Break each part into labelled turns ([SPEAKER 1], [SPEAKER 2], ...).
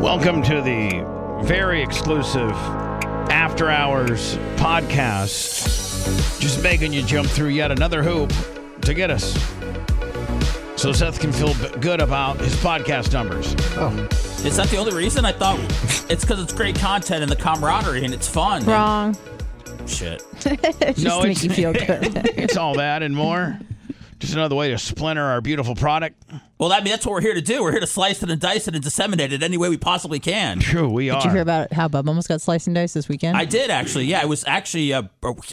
[SPEAKER 1] Welcome to the very exclusive After Hours podcast. Just making you jump through yet another hoop to get us. So Seth can feel b- good about his podcast numbers.
[SPEAKER 2] Is that the only reason? I thought it's because it's great content and the camaraderie and it's fun. and
[SPEAKER 3] Wrong.
[SPEAKER 2] Shit.
[SPEAKER 3] Just
[SPEAKER 1] No, Oh,
[SPEAKER 3] to make
[SPEAKER 1] it's-
[SPEAKER 3] you feel good.
[SPEAKER 1] It's all that and more. Just another way to splinter our beautiful product.
[SPEAKER 2] Well, I mean, that's what we're here to do. We're here to slice it and dice it and disseminate it any way we possibly can.
[SPEAKER 1] True, we
[SPEAKER 3] Did you hear
[SPEAKER 1] are.
[SPEAKER 3] about how Bub almost got sliced and diced this weekend?
[SPEAKER 2] I did actually. Yeah, I was actually. Uh,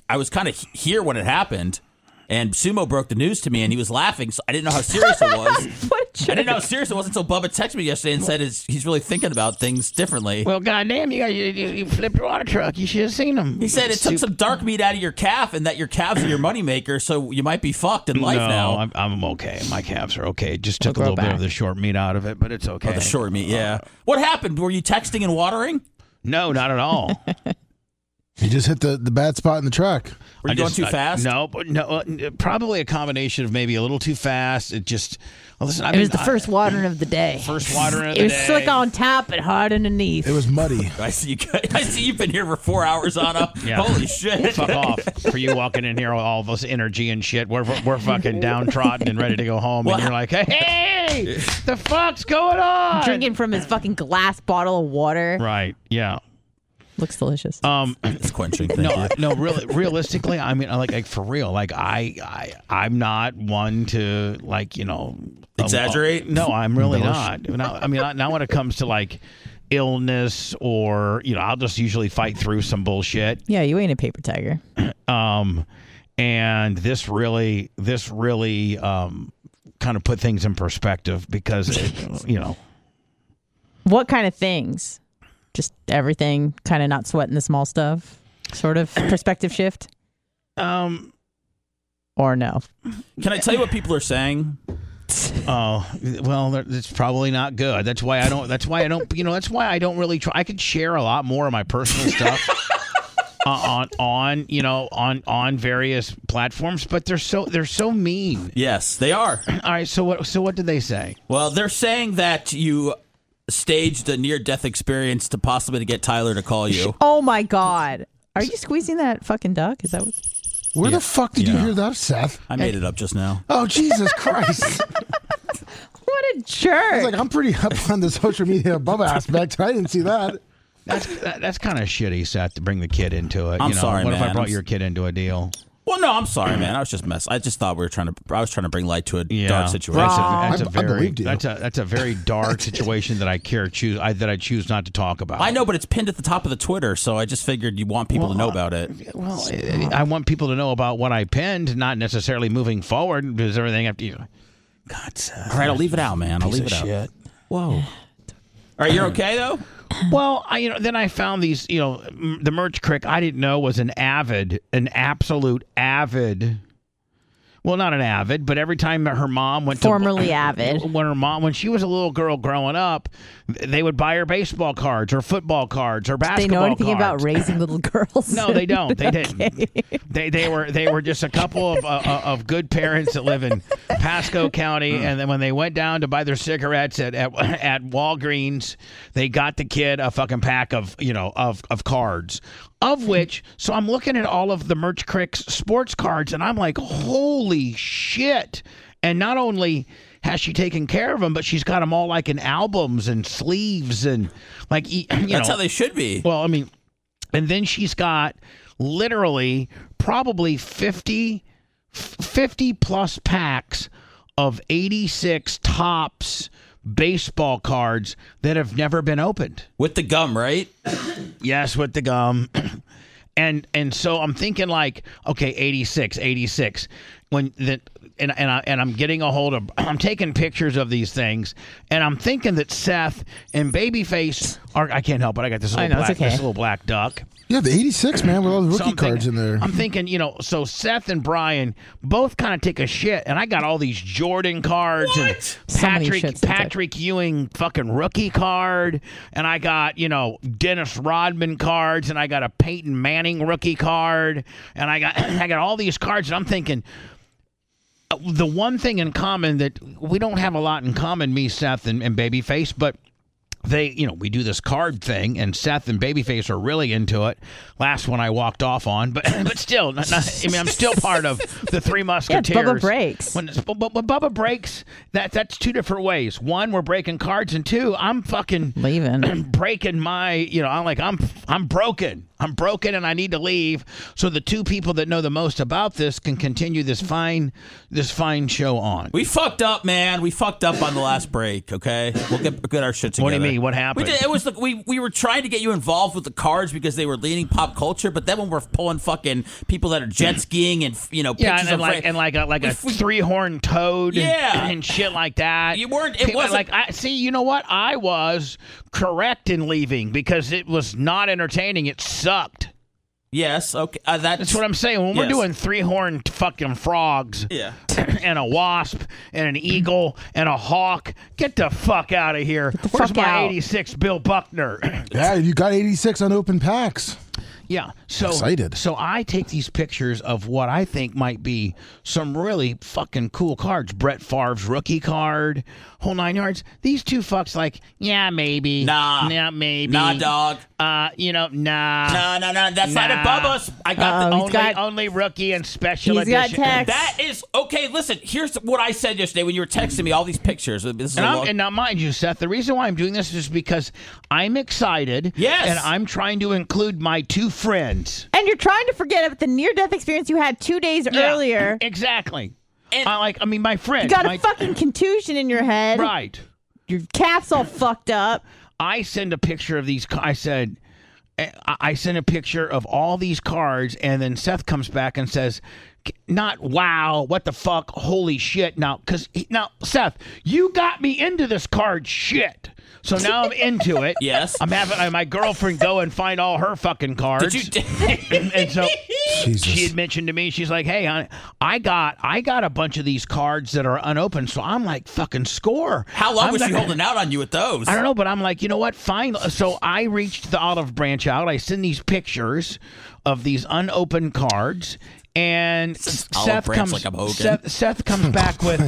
[SPEAKER 2] I was kind of here when it happened, and Sumo broke the news to me, and he was laughing. So I didn't know how serious it was.
[SPEAKER 3] What a
[SPEAKER 2] I
[SPEAKER 3] jerk.
[SPEAKER 2] didn't know how serious it was until Bubba texted me yesterday and said is, he's really thinking about things differently.
[SPEAKER 1] Well, goddamn, you, guys, you, you, you flipped your water truck. You should have seen him.
[SPEAKER 2] he said it took some dark meat out of your calf, and that your calves are your moneymaker, so you might be fucked in life
[SPEAKER 1] no,
[SPEAKER 2] now.
[SPEAKER 1] I'm, I'm okay. My calves are okay. Just took
[SPEAKER 3] We'll
[SPEAKER 1] a
[SPEAKER 3] grow
[SPEAKER 1] little bit of
[SPEAKER 3] back.
[SPEAKER 1] the short meat out of it, but it's okay. Uh,
[SPEAKER 2] Oh, the short meat, yeah. What happened? Were you texting and watering?
[SPEAKER 1] No, not at all.
[SPEAKER 4] You just hit the, the bad spot in the truck.
[SPEAKER 2] Were you
[SPEAKER 1] I
[SPEAKER 2] going
[SPEAKER 1] just-
[SPEAKER 2] too
[SPEAKER 1] I-
[SPEAKER 2] fast?
[SPEAKER 1] no, but no. uh, n- Probably a combination of maybe a little too fast. It just. Well, listen, I
[SPEAKER 3] It was the first watering of the day.
[SPEAKER 1] first watering of
[SPEAKER 3] It
[SPEAKER 1] the
[SPEAKER 3] was
[SPEAKER 1] day.
[SPEAKER 3] slick on top and hard underneath.
[SPEAKER 4] It was muddy.
[SPEAKER 2] I see you. guys- I see you've been here for four hours on up.
[SPEAKER 1] Yeah.
[SPEAKER 2] Holy shit!
[SPEAKER 1] Fuck off for you walking in here with all this energy and shit. We're we're fucking downtrodden and ready to go home,
[SPEAKER 2] Well,
[SPEAKER 1] and you're like, hey, hey, the fuck's going on?
[SPEAKER 3] Drinking from his fucking glass bottle of water.
[SPEAKER 1] Right? Yeah.
[SPEAKER 3] Looks delicious.
[SPEAKER 1] Um.
[SPEAKER 2] It's quenching. Thank
[SPEAKER 1] No,
[SPEAKER 2] you.
[SPEAKER 1] no. Really, realistically, I mean, like, like for real. Like, I, I, I'm not one to like, you know, um,
[SPEAKER 2] Exaggerate?
[SPEAKER 1] no, I'm really not. Not- I mean, not, not when it comes to like illness or you know, I'll just usually fight through some bullshit.
[SPEAKER 3] yeah, you ain't a paper tiger.
[SPEAKER 1] Um, and this really, this really, um, kind of put things in perspective because it, you know,
[SPEAKER 3] What kind of things? Just everything, kind of not sweating the small stuff, sort of perspective shift,
[SPEAKER 1] um,
[SPEAKER 3] or no?
[SPEAKER 2] Can I tell you what people are saying?
[SPEAKER 1] Oh well, that- that's probably not good. That's why I don't. That's why I don't. You know, that's why I don't really try. I could share a lot more of my personal stuff uh, on on you know on on various platforms, but they're so they're so mean.
[SPEAKER 2] Yes, they are.
[SPEAKER 1] All right, so what so what did they say?
[SPEAKER 2] Well, they're saying that you staged a near death experience to possibly to get Tyler to call you.
[SPEAKER 3] Oh my god. Are you squeezing that fucking duck? Is that what?
[SPEAKER 4] Where the fuck did you
[SPEAKER 2] Yeah.
[SPEAKER 4] hear that, Seth?
[SPEAKER 2] I made it up just now.
[SPEAKER 4] Oh Jesus Christ!
[SPEAKER 3] What a
[SPEAKER 4] It's
[SPEAKER 3] jerk!
[SPEAKER 4] like I'm pretty up on the social media above aspect. I didn't see that.
[SPEAKER 1] That's that, that's kind of shitty, Seth, to bring the kid into it.
[SPEAKER 2] I'm
[SPEAKER 1] you know,
[SPEAKER 2] sorry,
[SPEAKER 1] What if
[SPEAKER 2] man.
[SPEAKER 1] I brought
[SPEAKER 2] I'm
[SPEAKER 1] your kid into a deal?
[SPEAKER 2] Well, no, I'm sorry, man. I was just mess. I just thought we were trying to. I was trying to bring light to a dark situation.
[SPEAKER 1] That's a,
[SPEAKER 3] Wrong.
[SPEAKER 1] that's a
[SPEAKER 4] I- I
[SPEAKER 1] very
[SPEAKER 4] believed you.
[SPEAKER 1] that's a that's a very dark situation that I care choose I, that I choose not to talk about.
[SPEAKER 2] I know, but it's pinned at the top of the Twitter, so I just figured you want people to know about it.
[SPEAKER 1] Well, I, I want people to know about what I penned, not necessarily moving forward because everything after you. God, Seth.
[SPEAKER 2] All right, I'll leave it out, man. I'll leave it out. Whoa. All right, you're okay though.
[SPEAKER 1] Well, I, you know, then I found these. You know, m- the merch crick I didn't know was an avid, an absolute avid. Well, not an avid, but every time her mom went
[SPEAKER 3] Formerly
[SPEAKER 1] to
[SPEAKER 3] avid.
[SPEAKER 1] when her mom when she was a little girl growing up, th- they would buy her baseball cards or football cards or
[SPEAKER 3] They
[SPEAKER 1] basketball.
[SPEAKER 3] know anything about
[SPEAKER 1] cards.
[SPEAKER 3] raising little girls?
[SPEAKER 1] No, they don't. They didn't. They they were they were just a couple of uh, uh, of good parents that live in Pasco County, and then when they went down to buy their cigarettes at, at at Walgreens, they got the kid a fucking pack of you know of of cards, of which. So I'm looking at all of the Merch Crick's sports cards, and I'm like, holy shit! And not only has she taken care of them, but she's got them all like in albums and sleeves and like e- you know
[SPEAKER 2] That's how they should be.
[SPEAKER 1] well, I mean, and then she's got literally probably 50, f- 50 plus packs of 86 tops baseball cards that have never been opened.
[SPEAKER 2] With the gum, right?
[SPEAKER 1] Yes, with the gum. And and so I'm thinking like okay 86 86 when the and and I and I'm getting a hold of I'm taking pictures of these things and I'm thinking that Seth and Babyface are I can't help it I got this little
[SPEAKER 3] I know, it's
[SPEAKER 1] black
[SPEAKER 3] okay.
[SPEAKER 1] this little black duck
[SPEAKER 4] Yeah, the '86 man with all the rookie
[SPEAKER 1] so I'm
[SPEAKER 4] cards
[SPEAKER 1] thinking-
[SPEAKER 4] in there.
[SPEAKER 1] I'm thinking, you know, so Seth and Brian both kind of take a shit, and I got all these Jordan cards and
[SPEAKER 3] So many
[SPEAKER 1] Patrick
[SPEAKER 3] shits to take.
[SPEAKER 1] Patrick Ewing fucking rookie card, and I got you know Dennis Rodman cards, and I got a Peyton Manning rookie card, and I got I got all these cards, and I'm thinking. uh, The one thing in common that we don't have a lot in common, me, Seth, and, and Babyface, but they, you know, we do this card thing, and Seth and Babyface are really into it. Last one I walked off on, but but still, not, not- I mean, I'm still part of the Three Musketeers.
[SPEAKER 3] Breaks.
[SPEAKER 1] When it's, but, but when Bubba breaks, that that's two different ways. One, we're breaking cards, and two, I'm fucking
[SPEAKER 3] Leaving.
[SPEAKER 1] breaking my you know i'm like i'm i'm broken i'm broken and i need to leave so the two people that know the most about this can continue this fine this fine show on
[SPEAKER 2] We fucked up, man. We fucked up on the last break. Okay, we'll get get our shit together.
[SPEAKER 1] What do you mean? What happened?
[SPEAKER 2] We did, it was the, we we were trying to get you involved with the cards because they were leaning pop culture, but then when we're pulling fucking people that are jet skiing and you know
[SPEAKER 1] yeah, and,
[SPEAKER 2] pictures of
[SPEAKER 1] and like
[SPEAKER 2] Frank-
[SPEAKER 1] and like a, like a
[SPEAKER 2] If we-
[SPEAKER 1] three horned toad, and-
[SPEAKER 2] Yeah.
[SPEAKER 1] and, shit like that.
[SPEAKER 2] You weren't- it
[SPEAKER 1] People-
[SPEAKER 2] wasn't-
[SPEAKER 1] like I see. You know what? I was correct in leaving because it was not entertaining. It sucked.
[SPEAKER 2] yes, okay, uh,
[SPEAKER 1] That's what I'm saying. When we're
[SPEAKER 2] Yes.
[SPEAKER 1] doing three horned fucking frogs,
[SPEAKER 2] Yeah.
[SPEAKER 1] and a wasp and an eagle and a hawk, get the fuck out of here.
[SPEAKER 3] the
[SPEAKER 1] Where's
[SPEAKER 3] fuck
[SPEAKER 1] my
[SPEAKER 3] out.
[SPEAKER 1] '86 Bill Buckner?
[SPEAKER 4] yeah, you got '86 unopened packs.
[SPEAKER 1] Yeah. So
[SPEAKER 4] Excited.
[SPEAKER 1] So I take these pictures of what I think might be some really fucking cool cards. Brett Favre's rookie card, whole nine yards. These two fucks like, yeah, maybe.
[SPEAKER 2] Nah.
[SPEAKER 1] Nah, maybe.
[SPEAKER 2] Nah, dog.
[SPEAKER 1] Uh, you know, nah.
[SPEAKER 2] No, no, no. That's not
[SPEAKER 1] Nah.
[SPEAKER 2] above us. I got
[SPEAKER 3] Uh-oh,
[SPEAKER 2] the
[SPEAKER 3] he's
[SPEAKER 1] Only,
[SPEAKER 3] got-
[SPEAKER 1] only rookie and special
[SPEAKER 3] He's got
[SPEAKER 1] edition.
[SPEAKER 3] tax.
[SPEAKER 2] That is okay. Listen, here's what I said yesterday when you were texting me all these pictures. This is a
[SPEAKER 1] And, I'm,
[SPEAKER 2] long-
[SPEAKER 1] and now, mind you, Seth, the reason why I'm doing this is because I'm excited.
[SPEAKER 2] Yes.
[SPEAKER 1] And I'm trying to include my two friends.
[SPEAKER 3] And you're trying to forget about the near-death experience you had two days earlier.
[SPEAKER 1] Exactly.
[SPEAKER 2] And-
[SPEAKER 1] I like, I mean, my friend.
[SPEAKER 3] You got
[SPEAKER 1] my-
[SPEAKER 3] a fucking contusion in your head.
[SPEAKER 1] Right.
[SPEAKER 3] Your calf's all fucked up.
[SPEAKER 1] I send a picture of these. ca- I said, eh, I I sent a picture of all these cards, and then Seth comes back and says, "K- "Not wow, what the fuck, holy shit!" Now, because now Seth, you got me into this card shit. So now I'm into it.
[SPEAKER 2] Yes.
[SPEAKER 1] I'm having I, my girlfriend go and find all her fucking cards.
[SPEAKER 2] Did you?
[SPEAKER 1] and so
[SPEAKER 4] Jesus.
[SPEAKER 1] she had mentioned to me, she's like, "Hey, I, I got I got a bunch of these cards that are unopened." So I'm like, "Fucking score!"
[SPEAKER 2] How long
[SPEAKER 1] I'm
[SPEAKER 2] was she
[SPEAKER 1] like-
[SPEAKER 2] holding out on you with those?
[SPEAKER 1] I don't know, but I'm like, you know what? Fine. So I reached the olive branch out. I send these pictures of these unopened cards, and
[SPEAKER 2] olive
[SPEAKER 1] Seth
[SPEAKER 2] branch
[SPEAKER 1] comes.
[SPEAKER 2] like I'm Hogan.
[SPEAKER 1] Seth, Seth comes back with.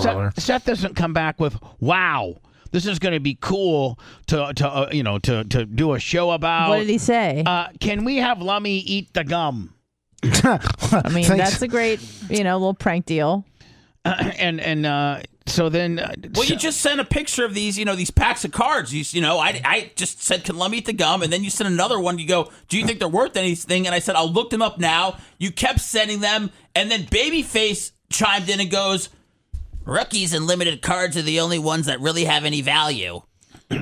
[SPEAKER 1] Seth, Seth doesn't come back with. Wow. this is going to be cool to to uh, you know to to do a show about.
[SPEAKER 3] What did he say?
[SPEAKER 1] Oh. uh, can we have Lummy eat the gum?
[SPEAKER 4] I
[SPEAKER 3] I mean, that's a great, you know, little prank deal.
[SPEAKER 1] and and uh, so then uh,
[SPEAKER 2] Well, you just sent a picture of these, you know, these packs of cards. You, s- you know, I, I just said, can let me eat the gum? And then you sent another one. You go, do you think they're worth anything? And I said, I'll look them up now. You kept sending them. And then Babyface chimed in and goes, rookies and limited cards are the only ones that really have any value.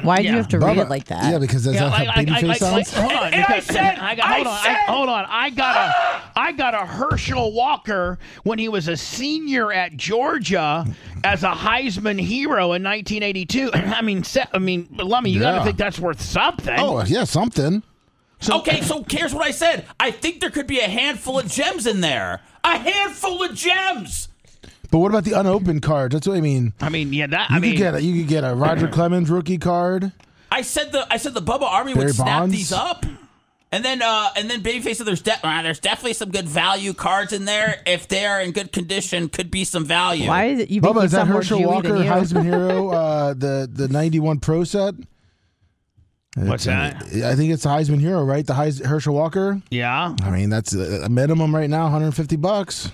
[SPEAKER 3] Why do
[SPEAKER 1] Yeah.
[SPEAKER 3] you have to read it like that?
[SPEAKER 4] Yeah, because that's
[SPEAKER 1] Yeah,
[SPEAKER 4] not
[SPEAKER 1] like-
[SPEAKER 4] how
[SPEAKER 1] like- like-
[SPEAKER 4] babyface
[SPEAKER 1] like-
[SPEAKER 4] sounds.
[SPEAKER 1] hold on,
[SPEAKER 2] And I
[SPEAKER 1] because-
[SPEAKER 2] said-
[SPEAKER 1] I got, hold
[SPEAKER 2] I
[SPEAKER 1] on,
[SPEAKER 2] said-
[SPEAKER 1] I,
[SPEAKER 2] Ah!
[SPEAKER 1] hold on. I got a, I got a Herschel Walker when he was a senior at Georgia as a Heisman hero in 1982. I mean, se- I mean, Lummy, you got
[SPEAKER 4] Yeah.
[SPEAKER 1] to think that's worth something.
[SPEAKER 4] oh, yeah, something.
[SPEAKER 2] okay, so here's what I said. I think there could be a handful of gems in there. A handful of gems.
[SPEAKER 4] But what about the unopened cards? That's what I mean.
[SPEAKER 1] I mean, yeah, that.
[SPEAKER 4] You
[SPEAKER 1] I mean,
[SPEAKER 4] could get a, you could get a Roger Clemens rookie card.
[SPEAKER 2] I said the I said the Bubba Army
[SPEAKER 4] Barry
[SPEAKER 2] would snap
[SPEAKER 4] Bonds?
[SPEAKER 2] these up. And then uh, and then Babyface said there's de- uh, there's definitely some good value cards in there. If they are in good condition, could be some value.
[SPEAKER 3] Why is it you
[SPEAKER 4] Bubba,
[SPEAKER 3] making
[SPEAKER 4] is that
[SPEAKER 3] sound more
[SPEAKER 4] Herschel
[SPEAKER 3] Jewy
[SPEAKER 4] Walker
[SPEAKER 3] than you?
[SPEAKER 4] Heisman Hero? Uh, the the ninety one pro set. uh,
[SPEAKER 1] what's that?
[SPEAKER 4] I think it's the Heisman Hero, right? The Heis- Herschel Walker.
[SPEAKER 1] Yeah.
[SPEAKER 4] I mean, that's uh, a, a minimum right now, one hundred fifty bucks.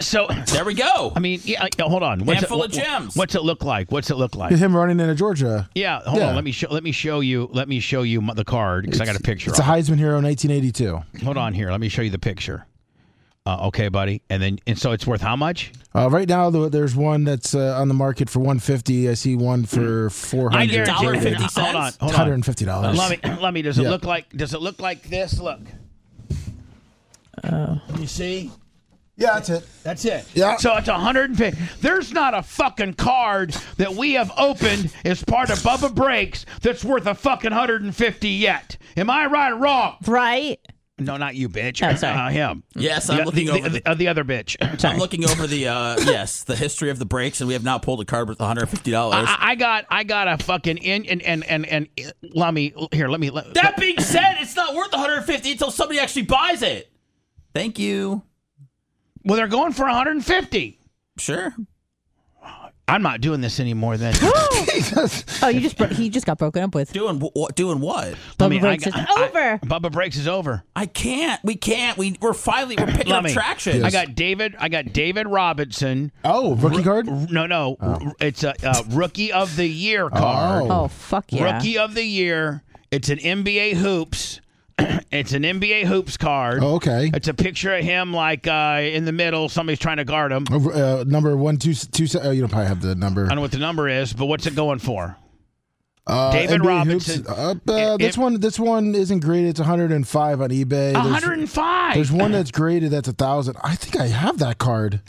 [SPEAKER 1] So,
[SPEAKER 2] There we go.
[SPEAKER 1] I mean, yeah. yeah, Hold on. What's
[SPEAKER 2] Handful
[SPEAKER 1] it,
[SPEAKER 2] of gems.
[SPEAKER 1] What's it look like? What's it look like?
[SPEAKER 4] Him running into Georgia.
[SPEAKER 1] Yeah. Hold
[SPEAKER 4] Yeah.
[SPEAKER 1] on. Let me show. Let me show you. Let me show you m- the card because I got a picture.
[SPEAKER 4] It's a
[SPEAKER 1] of
[SPEAKER 4] Heisman Hero, nineteen eighty two.
[SPEAKER 1] it. Hold on here. Let me show you the picture. Uh, okay, buddy. And then and so it's worth how much?
[SPEAKER 4] Uh, right now, though, there's one that's uh, on the market for one fifty. I see one for four
[SPEAKER 1] Hmm. I
[SPEAKER 4] hundred.
[SPEAKER 2] guarantee-
[SPEAKER 1] guarantee.
[SPEAKER 2] $1.50.
[SPEAKER 1] Hold on. Hold
[SPEAKER 4] One
[SPEAKER 1] on.
[SPEAKER 4] hundred and fifty dollars.
[SPEAKER 1] Let me, let me. Does it
[SPEAKER 4] Yeah.
[SPEAKER 1] look like? Does it look like this? Look.
[SPEAKER 2] Uh.
[SPEAKER 1] you see,
[SPEAKER 4] Yeah, that's it.
[SPEAKER 1] that's it.
[SPEAKER 4] Yeah.
[SPEAKER 1] So it's 150. There's not a fucking card that we have opened as part of Bubba Breaks that's worth a fucking 150 yet. Am I right or wrong?
[SPEAKER 3] Right?
[SPEAKER 1] No, not you, bitch.
[SPEAKER 3] Oh, sorry.
[SPEAKER 1] Uh, him.
[SPEAKER 2] Yes, I'm
[SPEAKER 1] the,
[SPEAKER 2] looking
[SPEAKER 1] the,
[SPEAKER 2] over
[SPEAKER 1] the,
[SPEAKER 2] the-
[SPEAKER 1] uh, the other bitch.
[SPEAKER 2] I'm looking over the uh, yes the history of the breaks, and we have not pulled a card worth 150. dollars
[SPEAKER 1] I, I got I got a fucking in and and and and let me here let me let,
[SPEAKER 2] That being said, it's not worth 150 until somebody actually buys it. Thank you.
[SPEAKER 1] well they're going for 150.
[SPEAKER 2] Sure.
[SPEAKER 1] I'm not doing this anymore then.
[SPEAKER 3] Oh, you just bro- he just got broken up with.
[SPEAKER 2] Doing what? Doing what?
[SPEAKER 3] Bubba
[SPEAKER 1] I mean, I
[SPEAKER 3] Breaks
[SPEAKER 1] got-
[SPEAKER 3] is
[SPEAKER 1] I-
[SPEAKER 3] over.
[SPEAKER 1] Bubba Breaks is over.
[SPEAKER 2] I can't. We can't. We we're finally we're picking up
[SPEAKER 1] Lummy.
[SPEAKER 2] traction.
[SPEAKER 1] I got David. I got David Robinson.
[SPEAKER 4] Oh, rookie card.
[SPEAKER 1] R- No, no,
[SPEAKER 4] Oh.
[SPEAKER 1] r- it's a, uh rookie of the year card.
[SPEAKER 3] oh fuck yeah!
[SPEAKER 1] Rookie of the year. It's an NBA hoops. it's an NBA hoops card.
[SPEAKER 4] Oh, okay.
[SPEAKER 1] It's a picture of him like uh, in the middle. Somebody's trying to guard him. I
[SPEAKER 4] Over, uh, number one, two, two. se- Oh, you don't probably have the number.
[SPEAKER 1] don't know what the number is, but what's it going for?
[SPEAKER 4] Uh,
[SPEAKER 1] David
[SPEAKER 4] NBA
[SPEAKER 1] Robinson.
[SPEAKER 4] Hoops, uh, uh,
[SPEAKER 1] It-
[SPEAKER 4] this
[SPEAKER 1] it-
[SPEAKER 4] one, this one isn't graded. It's 105 on eBay. There's-
[SPEAKER 1] 105.
[SPEAKER 4] There's one that's graded. That's a thousand. I think I have that card.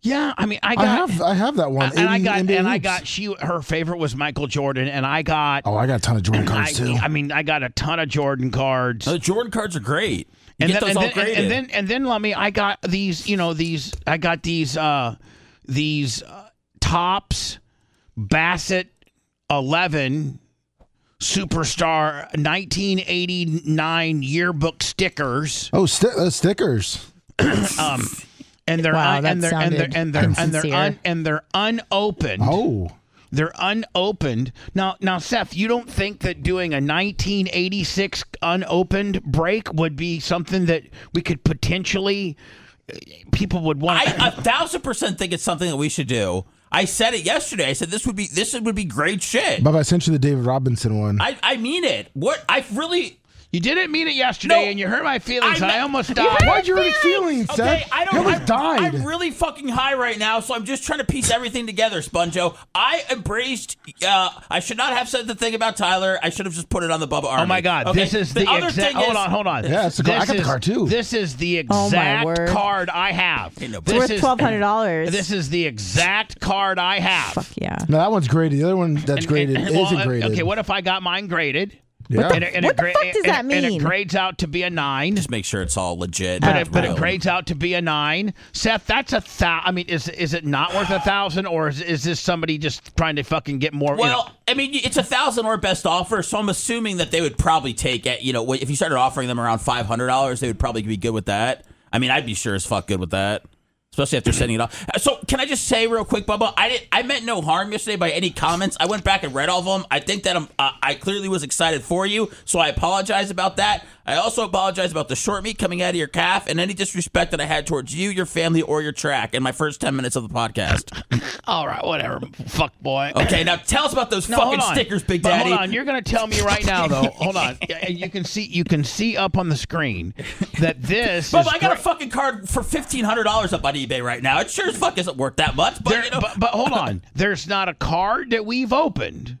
[SPEAKER 1] yeah, I mean, I got.
[SPEAKER 4] I have. I have that one.
[SPEAKER 1] and I
[SPEAKER 4] 80
[SPEAKER 1] got, and
[SPEAKER 4] NBA
[SPEAKER 1] I
[SPEAKER 4] Hoops.
[SPEAKER 1] got. She, her favorite was Michael Jordan, and I got.
[SPEAKER 4] Oh, I got a ton of Jordan
[SPEAKER 1] I,
[SPEAKER 4] cards too.
[SPEAKER 1] I mean, I got a ton of Jordan cards.
[SPEAKER 2] The Jordan cards are great. You
[SPEAKER 1] and
[SPEAKER 2] Oh,
[SPEAKER 1] then,
[SPEAKER 2] get those
[SPEAKER 1] and,
[SPEAKER 2] all
[SPEAKER 1] then, and-
[SPEAKER 2] graded.
[SPEAKER 1] and, then and then let me I got these you know these I got these uh these uh, tops Bassett 11 superstar 1989 yearbook stickers
[SPEAKER 4] oh, sti- uh, stickers.
[SPEAKER 1] um and they're
[SPEAKER 3] Wow,
[SPEAKER 1] un-
[SPEAKER 3] that
[SPEAKER 1] and they're and they're
[SPEAKER 3] sounded
[SPEAKER 1] and they're and they're,
[SPEAKER 3] insincere.
[SPEAKER 1] un- and they're unopened
[SPEAKER 4] Oh,
[SPEAKER 1] they're unopened now now Seth you don't think that doing a 1986 unopened break would be something that we could potentially uh, people would want
[SPEAKER 2] I a thousand percent think it's something that we should do. I said it yesterday. I said this would be this would be great shit.
[SPEAKER 4] Bob, I sent you the David Robinson one.
[SPEAKER 2] I, I mean it. What I really
[SPEAKER 1] You didn't mean it yesterday,
[SPEAKER 2] No.
[SPEAKER 1] and you hurt my feelings.
[SPEAKER 2] I
[SPEAKER 1] and
[SPEAKER 2] me-
[SPEAKER 1] I almost
[SPEAKER 4] Why'd
[SPEAKER 1] died.
[SPEAKER 4] you hurt his feelings,
[SPEAKER 2] okay.
[SPEAKER 4] Seth?
[SPEAKER 2] I
[SPEAKER 4] You
[SPEAKER 2] don't.
[SPEAKER 4] almost
[SPEAKER 2] I'm,
[SPEAKER 4] died.
[SPEAKER 2] I'm really fucking high right now, so I'm just trying to piece everything together. Sponjo, I embraced. Uh, I should not have said the thing about Tyler. I should have just put it on the Bubba Army.
[SPEAKER 1] Oh my God!
[SPEAKER 2] Okay,
[SPEAKER 1] This is the,
[SPEAKER 2] other
[SPEAKER 1] exact.
[SPEAKER 2] thing.
[SPEAKER 1] Hold
[SPEAKER 2] is,
[SPEAKER 1] on, hold on.
[SPEAKER 4] Yeah, it's the car- I
[SPEAKER 1] This
[SPEAKER 4] got the
[SPEAKER 1] is-
[SPEAKER 4] car, too.
[SPEAKER 1] This is the
[SPEAKER 3] Oh, my
[SPEAKER 1] exact
[SPEAKER 3] word.
[SPEAKER 1] card I have.
[SPEAKER 2] no, but-
[SPEAKER 1] this
[SPEAKER 3] Worth
[SPEAKER 1] is-
[SPEAKER 3] twelve hundred dollars.
[SPEAKER 1] This is the exact card I have.
[SPEAKER 3] fuck yeah.
[SPEAKER 4] no, that one's graded. The other one that's
[SPEAKER 1] And-
[SPEAKER 4] graded
[SPEAKER 1] and- well, uh,
[SPEAKER 4] isn't graded.
[SPEAKER 1] Okay, what if I got mine graded?
[SPEAKER 4] Yeah.
[SPEAKER 1] it-
[SPEAKER 3] What the
[SPEAKER 1] gra-
[SPEAKER 3] fuck does
[SPEAKER 1] and-
[SPEAKER 3] that
[SPEAKER 1] And it
[SPEAKER 3] mean?
[SPEAKER 1] grades out to be a nine.
[SPEAKER 2] Just make sure it's all legit.
[SPEAKER 1] But
[SPEAKER 2] not
[SPEAKER 1] it, but it
[SPEAKER 2] real.
[SPEAKER 1] grades out to be a nine. Seth, that's a thou. I mean, is is it not worth a thousand, or is, is this somebody just trying to fucking get more? you know?
[SPEAKER 2] Well, I mean, it's a thousand or best offer, so I'm assuming that they would probably take it. You know, if you started offering them around five hundred dollars, they would probably be good with that. I mean, I'd be sure as fuck good with that. especially after sending it off. Uh, So can I just say real quick, Bubba? I did, I meant no harm yesterday by any comments. I went back and read all of them. I think that I'm, uh, I clearly was excited for you, so I apologize about that. I also apologize about the short meat coming out of your calf and any disrespect that I had towards you, your family, or your track in my first ten minutes of the podcast.
[SPEAKER 1] All right, whatever, fuck boy.
[SPEAKER 2] Okay, now tell us about those
[SPEAKER 1] No,
[SPEAKER 2] Oh, fucking
[SPEAKER 1] hold on.
[SPEAKER 2] stickers, Big
[SPEAKER 1] But
[SPEAKER 2] Daddy.
[SPEAKER 1] hold on, you're gonna tell me right now though. hold on, Yeah, you can see you can see up on the screen that this.
[SPEAKER 2] Bubba,
[SPEAKER 1] is
[SPEAKER 2] I got a
[SPEAKER 1] great.
[SPEAKER 2] fucking card for fifteen hundred dollars up on eBay right now. It sure as fuck isn't worth that much, but
[SPEAKER 1] There-
[SPEAKER 2] you know,
[SPEAKER 1] but, but hold on, there's not a card that we've opened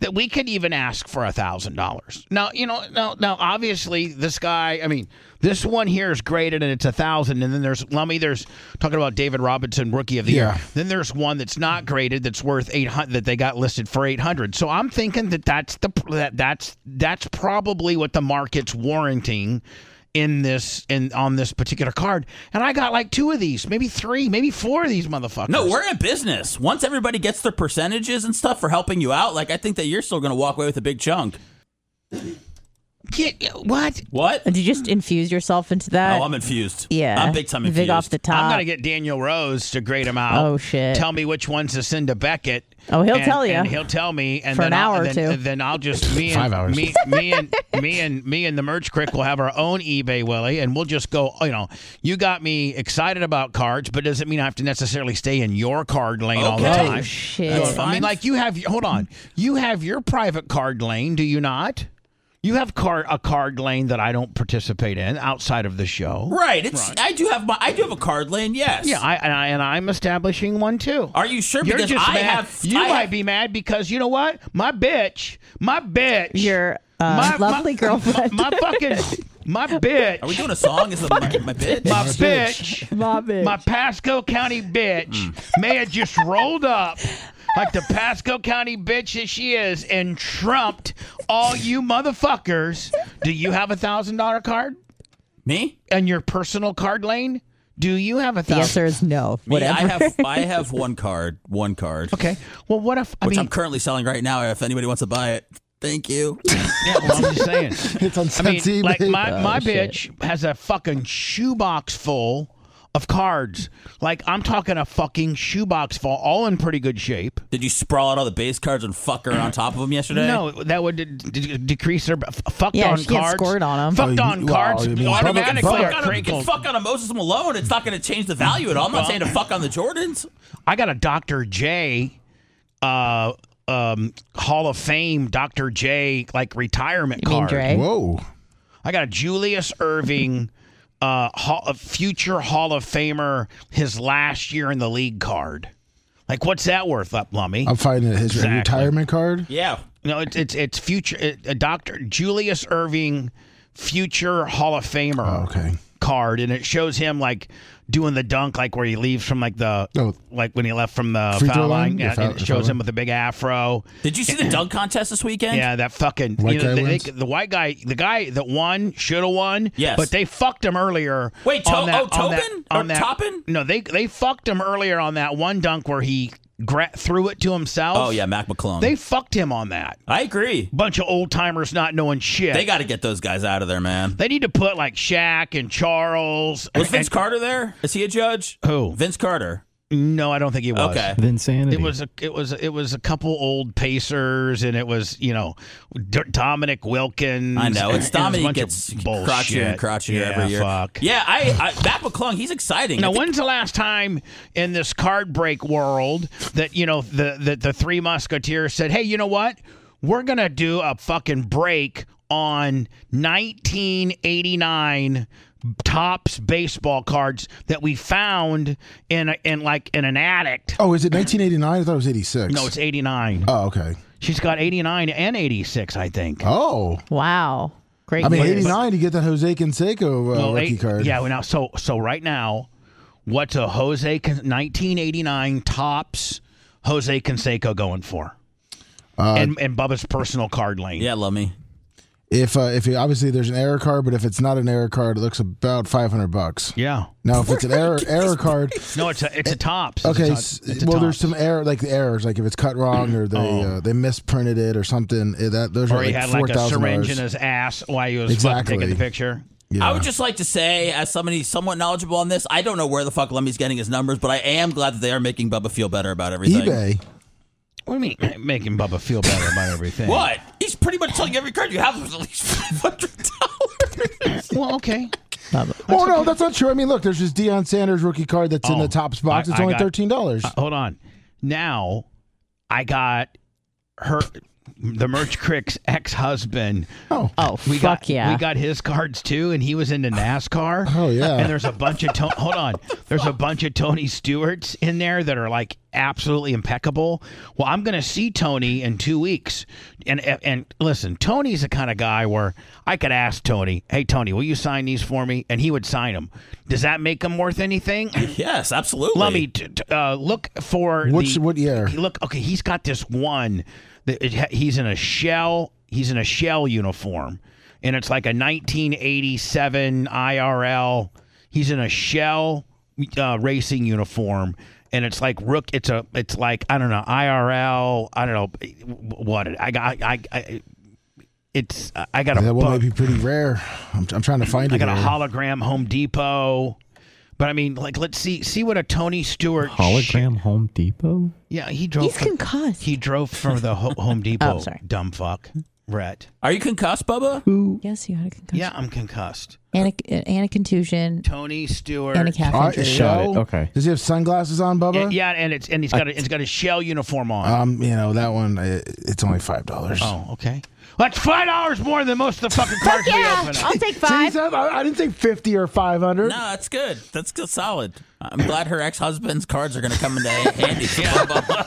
[SPEAKER 1] that we could even ask for a thousand dollars. Now you know now now obviously this guy. I mean, this one here is graded and it's a thousand, and then there's Lummy. There's talking about David Robinson, rookie of the
[SPEAKER 4] Yeah.
[SPEAKER 1] year. Then there's one that's not graded that's worth eight hundred that they got listed for eight hundred. So I'm thinking that that's the that that's that's probably what the market's warranting in this in on this particular card. And I got like two of these, maybe three, maybe four of these motherfuckers.
[SPEAKER 2] No, we're in business. Once everybody gets their percentages and stuff for helping you out, like I think that you're still going to walk away with a big chunk.
[SPEAKER 1] Get, what?
[SPEAKER 2] What?
[SPEAKER 3] Did you just infuse yourself into that?
[SPEAKER 2] Oh, I'm infused.
[SPEAKER 3] Uh, yeah,
[SPEAKER 2] I'm big time infused.
[SPEAKER 3] Vig off the top.
[SPEAKER 1] I'm gonna get Daniel Rose to grade him out.
[SPEAKER 3] Uh, Oh, shit.
[SPEAKER 1] Tell me which ones to send to Beckett.
[SPEAKER 3] Oh, he'll
[SPEAKER 1] and-
[SPEAKER 3] tell ya.
[SPEAKER 1] and he'll tell me, and
[SPEAKER 3] For
[SPEAKER 1] then
[SPEAKER 3] an
[SPEAKER 1] I'll,
[SPEAKER 3] hour or
[SPEAKER 1] then,
[SPEAKER 3] two.
[SPEAKER 1] and then I'll just me and
[SPEAKER 4] Five hours.
[SPEAKER 1] me me and me and me and the merch crick will have our own eBay Willie, and we'll just go. You know, you got me excited about cards, but it doesn't mean I have to necessarily stay in your card lane all the
[SPEAKER 2] Okay.
[SPEAKER 3] oh
[SPEAKER 1] time.
[SPEAKER 3] shit!
[SPEAKER 2] That's
[SPEAKER 1] I
[SPEAKER 2] fine.
[SPEAKER 1] mean, like you have. Hold on, you have your private card lane, do you not? You have card a card lane that I don't participate in outside of the show.
[SPEAKER 2] Right. It's. I do have my. I do have a card lane. Yes.
[SPEAKER 1] Yeah, I, and, I, and I'm establishing one too.
[SPEAKER 2] Are you sure?
[SPEAKER 1] You're
[SPEAKER 2] because
[SPEAKER 1] just
[SPEAKER 2] I
[SPEAKER 1] mad.
[SPEAKER 2] have.
[SPEAKER 1] you
[SPEAKER 2] I
[SPEAKER 1] might
[SPEAKER 2] have-
[SPEAKER 1] be mad because you know what? My bitch, my bitch,
[SPEAKER 3] Your uh, lovely girlfriend,
[SPEAKER 1] my, my fucking, my bitch,
[SPEAKER 2] Are we doing a song? Is it my, my bitch?
[SPEAKER 1] my
[SPEAKER 4] My
[SPEAKER 1] bitch,
[SPEAKER 4] bitch.
[SPEAKER 3] Bob is-
[SPEAKER 1] my Pasco County bitch,
[SPEAKER 2] Mm.
[SPEAKER 1] may have just rolled up. Like the Pasco County bitch that she is, and trumped all you motherfuckers. Do you have a thousand dollar card
[SPEAKER 2] Me?
[SPEAKER 1] and your personal card lane? Do you have a
[SPEAKER 3] the
[SPEAKER 1] thousand?
[SPEAKER 3] answer is no.
[SPEAKER 2] Me,
[SPEAKER 3] Whatever.
[SPEAKER 2] I have. I have one card. One card.
[SPEAKER 1] Okay. Well, what if I
[SPEAKER 2] Which
[SPEAKER 1] mean?
[SPEAKER 2] I'm currently selling right now. If anybody wants to buy it, thank you.
[SPEAKER 1] Yeah, well, I'm just saying.
[SPEAKER 4] It's on
[SPEAKER 1] I mean,
[SPEAKER 4] Sensi,
[SPEAKER 1] like
[SPEAKER 4] babe.
[SPEAKER 1] my, my
[SPEAKER 3] shit.
[SPEAKER 1] bitch has a fucking shoebox full of cards. Like I'm talking a fucking shoebox full, all in pretty good shape.
[SPEAKER 2] Did you sprawl out all the base cards and fuck her on top of them yesterday?
[SPEAKER 1] No, that would de- de- decrease their f- fucked
[SPEAKER 3] Yeah,
[SPEAKER 1] on
[SPEAKER 3] she had
[SPEAKER 1] cards.
[SPEAKER 3] scored on 'em.
[SPEAKER 4] Oh,
[SPEAKER 1] Fucked
[SPEAKER 4] you-
[SPEAKER 1] on
[SPEAKER 4] well,
[SPEAKER 1] cards
[SPEAKER 4] you mean public-
[SPEAKER 1] automatically
[SPEAKER 2] Automatically,
[SPEAKER 1] are
[SPEAKER 2] fuck on, a, you can
[SPEAKER 1] crinkled.
[SPEAKER 2] fuck on a Moses Malone. It's not going to change the value at all. I'm not saying to fuck on the Jordans.
[SPEAKER 1] I got a Dr. J, uh, um, Hall of Fame Dr. J like retirement
[SPEAKER 3] you mean
[SPEAKER 1] card.
[SPEAKER 3] Dre?
[SPEAKER 4] Whoa.
[SPEAKER 1] I got a Julius Irving, uh, hall, a future Hall of Famer, his last year in the league card. Like, what's that worth up, Lummy?
[SPEAKER 4] I'm finding his
[SPEAKER 1] Exactly.
[SPEAKER 4] retirement card.
[SPEAKER 2] Yeah.
[SPEAKER 1] no, it's it's it's future it, a Doctor Julius Irving, future Hall of Famer.
[SPEAKER 4] Oh, okay.
[SPEAKER 1] Card and it shows him like doing the dunk, like where he leaves from like the
[SPEAKER 4] Oh.
[SPEAKER 1] like when he left from the
[SPEAKER 4] Free
[SPEAKER 1] foul
[SPEAKER 4] throw
[SPEAKER 1] line.
[SPEAKER 4] line?
[SPEAKER 1] Yeah,
[SPEAKER 4] Yeah, foul-
[SPEAKER 1] and it shows
[SPEAKER 4] foul
[SPEAKER 1] him with a big afro.
[SPEAKER 2] Did you see the dunk contest this weekend?
[SPEAKER 1] Yeah, that fucking
[SPEAKER 4] White
[SPEAKER 1] you know,
[SPEAKER 4] guy
[SPEAKER 1] they-
[SPEAKER 4] wins?
[SPEAKER 1] they- the white guy, the guy that won should have won.
[SPEAKER 2] Yes.
[SPEAKER 1] but they fucked him earlier.
[SPEAKER 2] Wait, To-
[SPEAKER 1] on that,
[SPEAKER 2] oh,
[SPEAKER 1] on that-
[SPEAKER 2] Tobin?
[SPEAKER 1] on
[SPEAKER 2] Or
[SPEAKER 1] that-
[SPEAKER 2] Toppin?
[SPEAKER 1] No, they they fucked him earlier on that one dunk where he gra- threw it to himself.
[SPEAKER 2] Oh yeah, Mac McClung.
[SPEAKER 1] they fucked him on that.
[SPEAKER 2] I agree.
[SPEAKER 1] Bunch of old timers not knowing shit.
[SPEAKER 2] They got to get those guys out of there, man.
[SPEAKER 1] They need to put like Shaq and Charles.
[SPEAKER 2] Was Vince
[SPEAKER 1] and-
[SPEAKER 2] Carter there? Is he a judge?
[SPEAKER 1] Who?
[SPEAKER 2] Vince Carter.
[SPEAKER 1] no, I don't think he was.
[SPEAKER 2] Okay.
[SPEAKER 5] Then sanity.
[SPEAKER 1] It was a, it was it was a couple old Pacers, and it was you know D- Dominic Wilkins.
[SPEAKER 2] I know it's
[SPEAKER 1] and it was a
[SPEAKER 2] Dominic
[SPEAKER 1] bunch of
[SPEAKER 2] gets
[SPEAKER 1] bullshit.
[SPEAKER 2] crotchier and crotchier
[SPEAKER 1] yeah,
[SPEAKER 2] every year.
[SPEAKER 1] Fuck.
[SPEAKER 2] Yeah, I, I Mac McClung, he's exciting.
[SPEAKER 1] Now,
[SPEAKER 2] I think-
[SPEAKER 1] when's the last time in this card break world that you know the that the three musketeers said, "Hey, you know what? We're gonna do a fucking break on 1989 tops baseball cards that we found in a, in like in an attic."
[SPEAKER 4] Oh, is it 1989? I thought it was 86.
[SPEAKER 1] No, it's 89.
[SPEAKER 4] Oh, okay.
[SPEAKER 1] She's got 89 and 86, I think.
[SPEAKER 4] Oh.
[SPEAKER 3] Wow. Great.
[SPEAKER 4] I mean,
[SPEAKER 3] years.
[SPEAKER 4] 89, you get that Jose Canseco uh,
[SPEAKER 1] Well,
[SPEAKER 4] rookie
[SPEAKER 1] eight-
[SPEAKER 4] card.
[SPEAKER 1] Yeah, well, now so so right now, what's a Jose Con- 1989 tops Jose Canseco going for?
[SPEAKER 4] Uh,
[SPEAKER 1] and and Bubba's personal card lane.
[SPEAKER 2] yeah, love me.
[SPEAKER 4] If uh, if you, obviously there's an error card, but if it's not an error card, it looks about 500 bucks.
[SPEAKER 1] Yeah.
[SPEAKER 4] Now, if it's an error error card,
[SPEAKER 1] No, it's a it's a tops. It's a
[SPEAKER 4] okay.
[SPEAKER 1] top-
[SPEAKER 4] s-
[SPEAKER 1] it's a
[SPEAKER 4] well,
[SPEAKER 1] top.
[SPEAKER 4] there's some error like the errors, like if it's cut wrong or they uh, they misprinted it or something. eh, That those
[SPEAKER 1] or
[SPEAKER 4] are
[SPEAKER 1] he
[SPEAKER 4] like
[SPEAKER 1] had
[SPEAKER 4] four
[SPEAKER 1] like a
[SPEAKER 4] thousand
[SPEAKER 1] syringe in
[SPEAKER 4] dollars.
[SPEAKER 1] his ass while he was fucking
[SPEAKER 4] Exactly.
[SPEAKER 1] taking the picture.
[SPEAKER 4] Yeah.
[SPEAKER 2] I would just like to say, as somebody somewhat knowledgeable on this, I don't know where the fuck Lemmy's getting his numbers, but I am glad that they are making Bubba feel better about everything.
[SPEAKER 4] eBay.
[SPEAKER 1] What do you mean making Bubba feel better about everything?
[SPEAKER 2] What? He's pretty much telling you every card you have is at least five hundred dollars.
[SPEAKER 1] Well, okay.
[SPEAKER 3] Bubba.
[SPEAKER 4] Oh no, that's not true. I mean, look, there's this Deion Sanders rookie card that's in
[SPEAKER 1] Oh,
[SPEAKER 4] the tops box.
[SPEAKER 1] I-
[SPEAKER 4] It's
[SPEAKER 1] I
[SPEAKER 4] only
[SPEAKER 1] got-
[SPEAKER 4] thirteen dollars.
[SPEAKER 1] Uh, Hold on. Now, I got her, the Merch Crick's ex husband.
[SPEAKER 4] Oh,
[SPEAKER 3] Oh,
[SPEAKER 1] We
[SPEAKER 3] fuck
[SPEAKER 1] got
[SPEAKER 3] yeah.
[SPEAKER 1] we got his cards too, and he was into NASCAR.
[SPEAKER 4] Oh, yeah.
[SPEAKER 1] And there's a bunch of to- hold on. There's a bunch of Tony Stewart's in there that are like absolutely impeccable. Well, I'm gonna see Tony in two weeks, and and, and listen, Tony's the kind of guy where I could ask Tony, "Hey Tony, will you sign these for me?" And he would sign them. Does that make them worth anything?
[SPEAKER 2] yes, absolutely.
[SPEAKER 1] Lummy, t- t- uh, look for
[SPEAKER 4] Which-
[SPEAKER 1] the,
[SPEAKER 4] what year?
[SPEAKER 1] he- Look, okay, he's got this one that it, ha- he's in a shell. He's in a shell uniform, and it's like a 1987 IRL. He's in a shell uh, racing uniform, and it's like rook. It's a. It's like I don't know IRL. I don't know what it, I got. I. I it's I got a
[SPEAKER 4] that one
[SPEAKER 1] book.
[SPEAKER 4] might be pretty rare. I'm, I'm trying to find it.
[SPEAKER 1] I got a
[SPEAKER 4] here.
[SPEAKER 1] hologram Home Depot. But I mean, like, let's see see what a Tony Stewart sh-
[SPEAKER 5] Hologram Home Depot?
[SPEAKER 1] yeah, he drove.
[SPEAKER 3] He's
[SPEAKER 1] for,
[SPEAKER 3] concussed. Oh,
[SPEAKER 1] he drove for the Ho- Home Depot.
[SPEAKER 3] sorry.
[SPEAKER 1] Dumb fuck, Brett.
[SPEAKER 2] Are you concussed, Bubba?
[SPEAKER 5] Who?
[SPEAKER 3] yes, you had a concussion.
[SPEAKER 1] Yeah, I'm concussed.
[SPEAKER 3] And a, and a contusion
[SPEAKER 1] Tony Stewart.
[SPEAKER 3] and a calf
[SPEAKER 4] All right,
[SPEAKER 3] injury.
[SPEAKER 5] shot it.
[SPEAKER 4] so-
[SPEAKER 5] Okay.
[SPEAKER 4] Does he have sunglasses on,
[SPEAKER 1] Yeah,
[SPEAKER 4] Bubba?
[SPEAKER 1] yeah, and it's and he's got a, it's got a shell uniform on.
[SPEAKER 2] Uh,
[SPEAKER 4] Um, you know that one. i it's only five dollars.
[SPEAKER 1] oh, okay. That's five dollars more than most of the fucking cards we
[SPEAKER 3] Yeah,
[SPEAKER 1] open.
[SPEAKER 3] I'll
[SPEAKER 1] Up.
[SPEAKER 3] take five.
[SPEAKER 4] I, I didn't think fifty or five hundred.
[SPEAKER 2] No, that's good. That's good, solid. I'm glad her ex-husband's cards are going to come into handy. yeah, Bubba.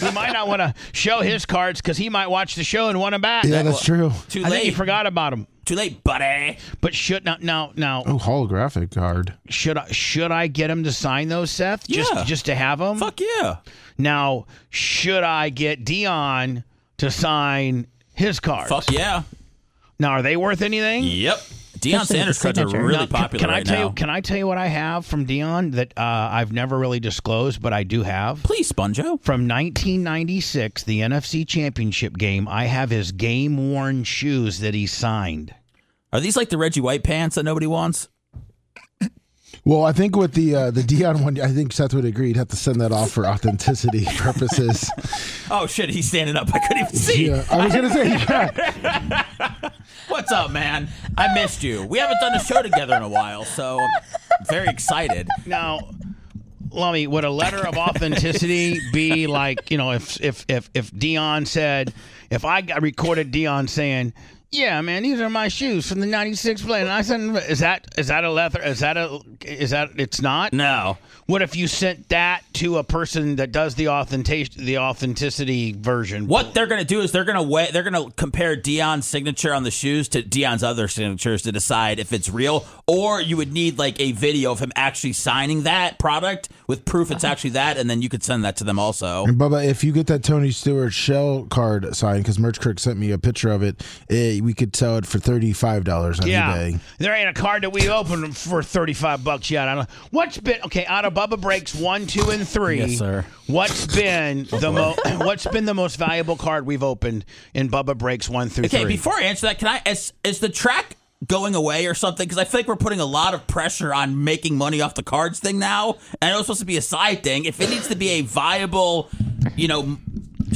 [SPEAKER 1] We, we might not want to show his cards because he might watch the show and want them back.
[SPEAKER 4] Yeah, that's true.
[SPEAKER 2] Too
[SPEAKER 1] I think he
[SPEAKER 2] late.
[SPEAKER 1] forgot about them.
[SPEAKER 2] Too late, buddy.
[SPEAKER 1] But should now now now
[SPEAKER 4] Oh, holographic card.
[SPEAKER 1] should I should I get him to sign those, Seth? Just
[SPEAKER 2] Yeah.
[SPEAKER 1] just to have them.
[SPEAKER 2] Fuck yeah.
[SPEAKER 1] Now, should I get Dion to sign his cards?
[SPEAKER 2] Fuck yeah.
[SPEAKER 1] Now, are they worth anything?
[SPEAKER 2] Yep. Deion
[SPEAKER 3] Especially
[SPEAKER 2] Sanders
[SPEAKER 3] the
[SPEAKER 2] cards are
[SPEAKER 3] signature.
[SPEAKER 2] really
[SPEAKER 1] Now, c-
[SPEAKER 2] popular
[SPEAKER 1] Can I
[SPEAKER 2] right
[SPEAKER 1] tell
[SPEAKER 2] now.
[SPEAKER 1] you? Can I tell you what I have from Dion that uh, I've never really disclosed, but I do have
[SPEAKER 2] Please, Sponjo.
[SPEAKER 1] from 1996, the NFC Championship game. I have his game worn shoes that he signed.
[SPEAKER 2] Are these like the Reggie White pants that nobody wants?
[SPEAKER 4] Well, I think with the uh, the Dion one, I think Seth would agree. You'd have to send that off for authenticity purposes.
[SPEAKER 2] Oh shit, he's standing up. I couldn't even see.
[SPEAKER 4] Yeah, I was gonna say. Yeah.
[SPEAKER 2] What's up, man? I missed you. We haven't done a show together in a while, so I'm very excited.
[SPEAKER 1] Now, Lummy, would a letter of authenticity be like, you know, if if if if Dion said, if I got- recorded Dion saying, "Yeah, man, these are my shoes from the '96 plane," and I sent, is that is that a leather? Is that a is that it's not?
[SPEAKER 2] No.
[SPEAKER 1] What if you sent that to a person that does the authentic the authenticity version?
[SPEAKER 2] What they're gonna do is they're gonna weigh, they're gonna compare Dion's signature on the shoes to Dion's other signatures to decide if it's real, or you would need like a video of him actually signing that product with proof it's actually that, and then you could send that to them also.
[SPEAKER 4] Uh-huh. And Bubba, if you get that Tony Stewart shell card signed, because Merch Crick sent me a picture of it, eh, we could sell it for thirty five dollars on
[SPEAKER 1] Yeah,
[SPEAKER 4] eBay.
[SPEAKER 1] there ain't a card that we opened for thirty-five bucks yet. I don't. What's been okay out of Bubba breaks one, two, and three?
[SPEAKER 2] Yes, sir.
[SPEAKER 1] What's been the mo- What's been the most valuable card we've opened in Bubba breaks one through
[SPEAKER 2] Okay,
[SPEAKER 1] three?
[SPEAKER 2] before I answer that, can I is is the track going away or something? Because I feel like we're putting a lot of pressure on making money off the cards thing now, and it was supposed to be a side thing. If it needs to be a viable, you know, m-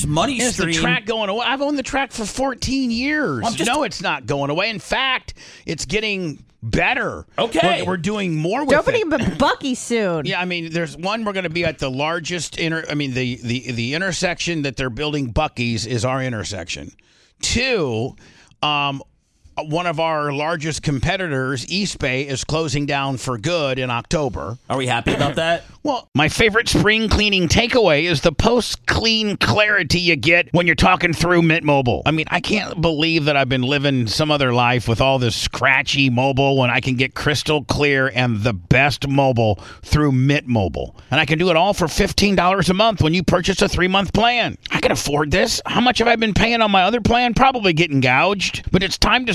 [SPEAKER 2] money
[SPEAKER 1] is the
[SPEAKER 2] stream,
[SPEAKER 1] track going away? I've owned the track for fourteen years.
[SPEAKER 2] I'm just-
[SPEAKER 1] no, it's not going away. In fact, it's getting better.
[SPEAKER 2] Okay.
[SPEAKER 1] we're, we're doing more with
[SPEAKER 3] They're
[SPEAKER 1] it.
[SPEAKER 3] opening Bu- Bucky soon.
[SPEAKER 1] Yeah, I mean, there's one we're going to be at the largest inter. I mean, the the the intersection that they're building Bucky's is our intersection. Two, um, one of our largest competitors, East Bay, is closing down for good in October.
[SPEAKER 2] are we happy about that?
[SPEAKER 1] Well, my favorite spring cleaning takeaway is the post clean clarity you get when you're talking through Mint Mobile. I mean, I can't believe that I've been living some other life with all this scratchy mobile when I can get crystal clear and the best mobile through Mint Mobile. And I can do it all for $15 a month when you purchase a three month plan. I can afford this. How much have I been paying on my other plan? Probably getting gouged. But it's time to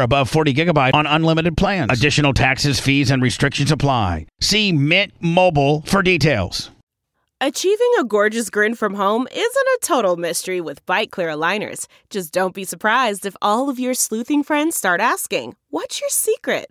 [SPEAKER 1] above 40 gigabyte on unlimited plans. Additional taxes, fees, and restrictions apply. See Mint Mobile for details.
[SPEAKER 5] Achieving a gorgeous grin from home isn't a total mystery with bite clear aligners. Just don't be surprised if all of your sleuthing friends start asking, What's your secret?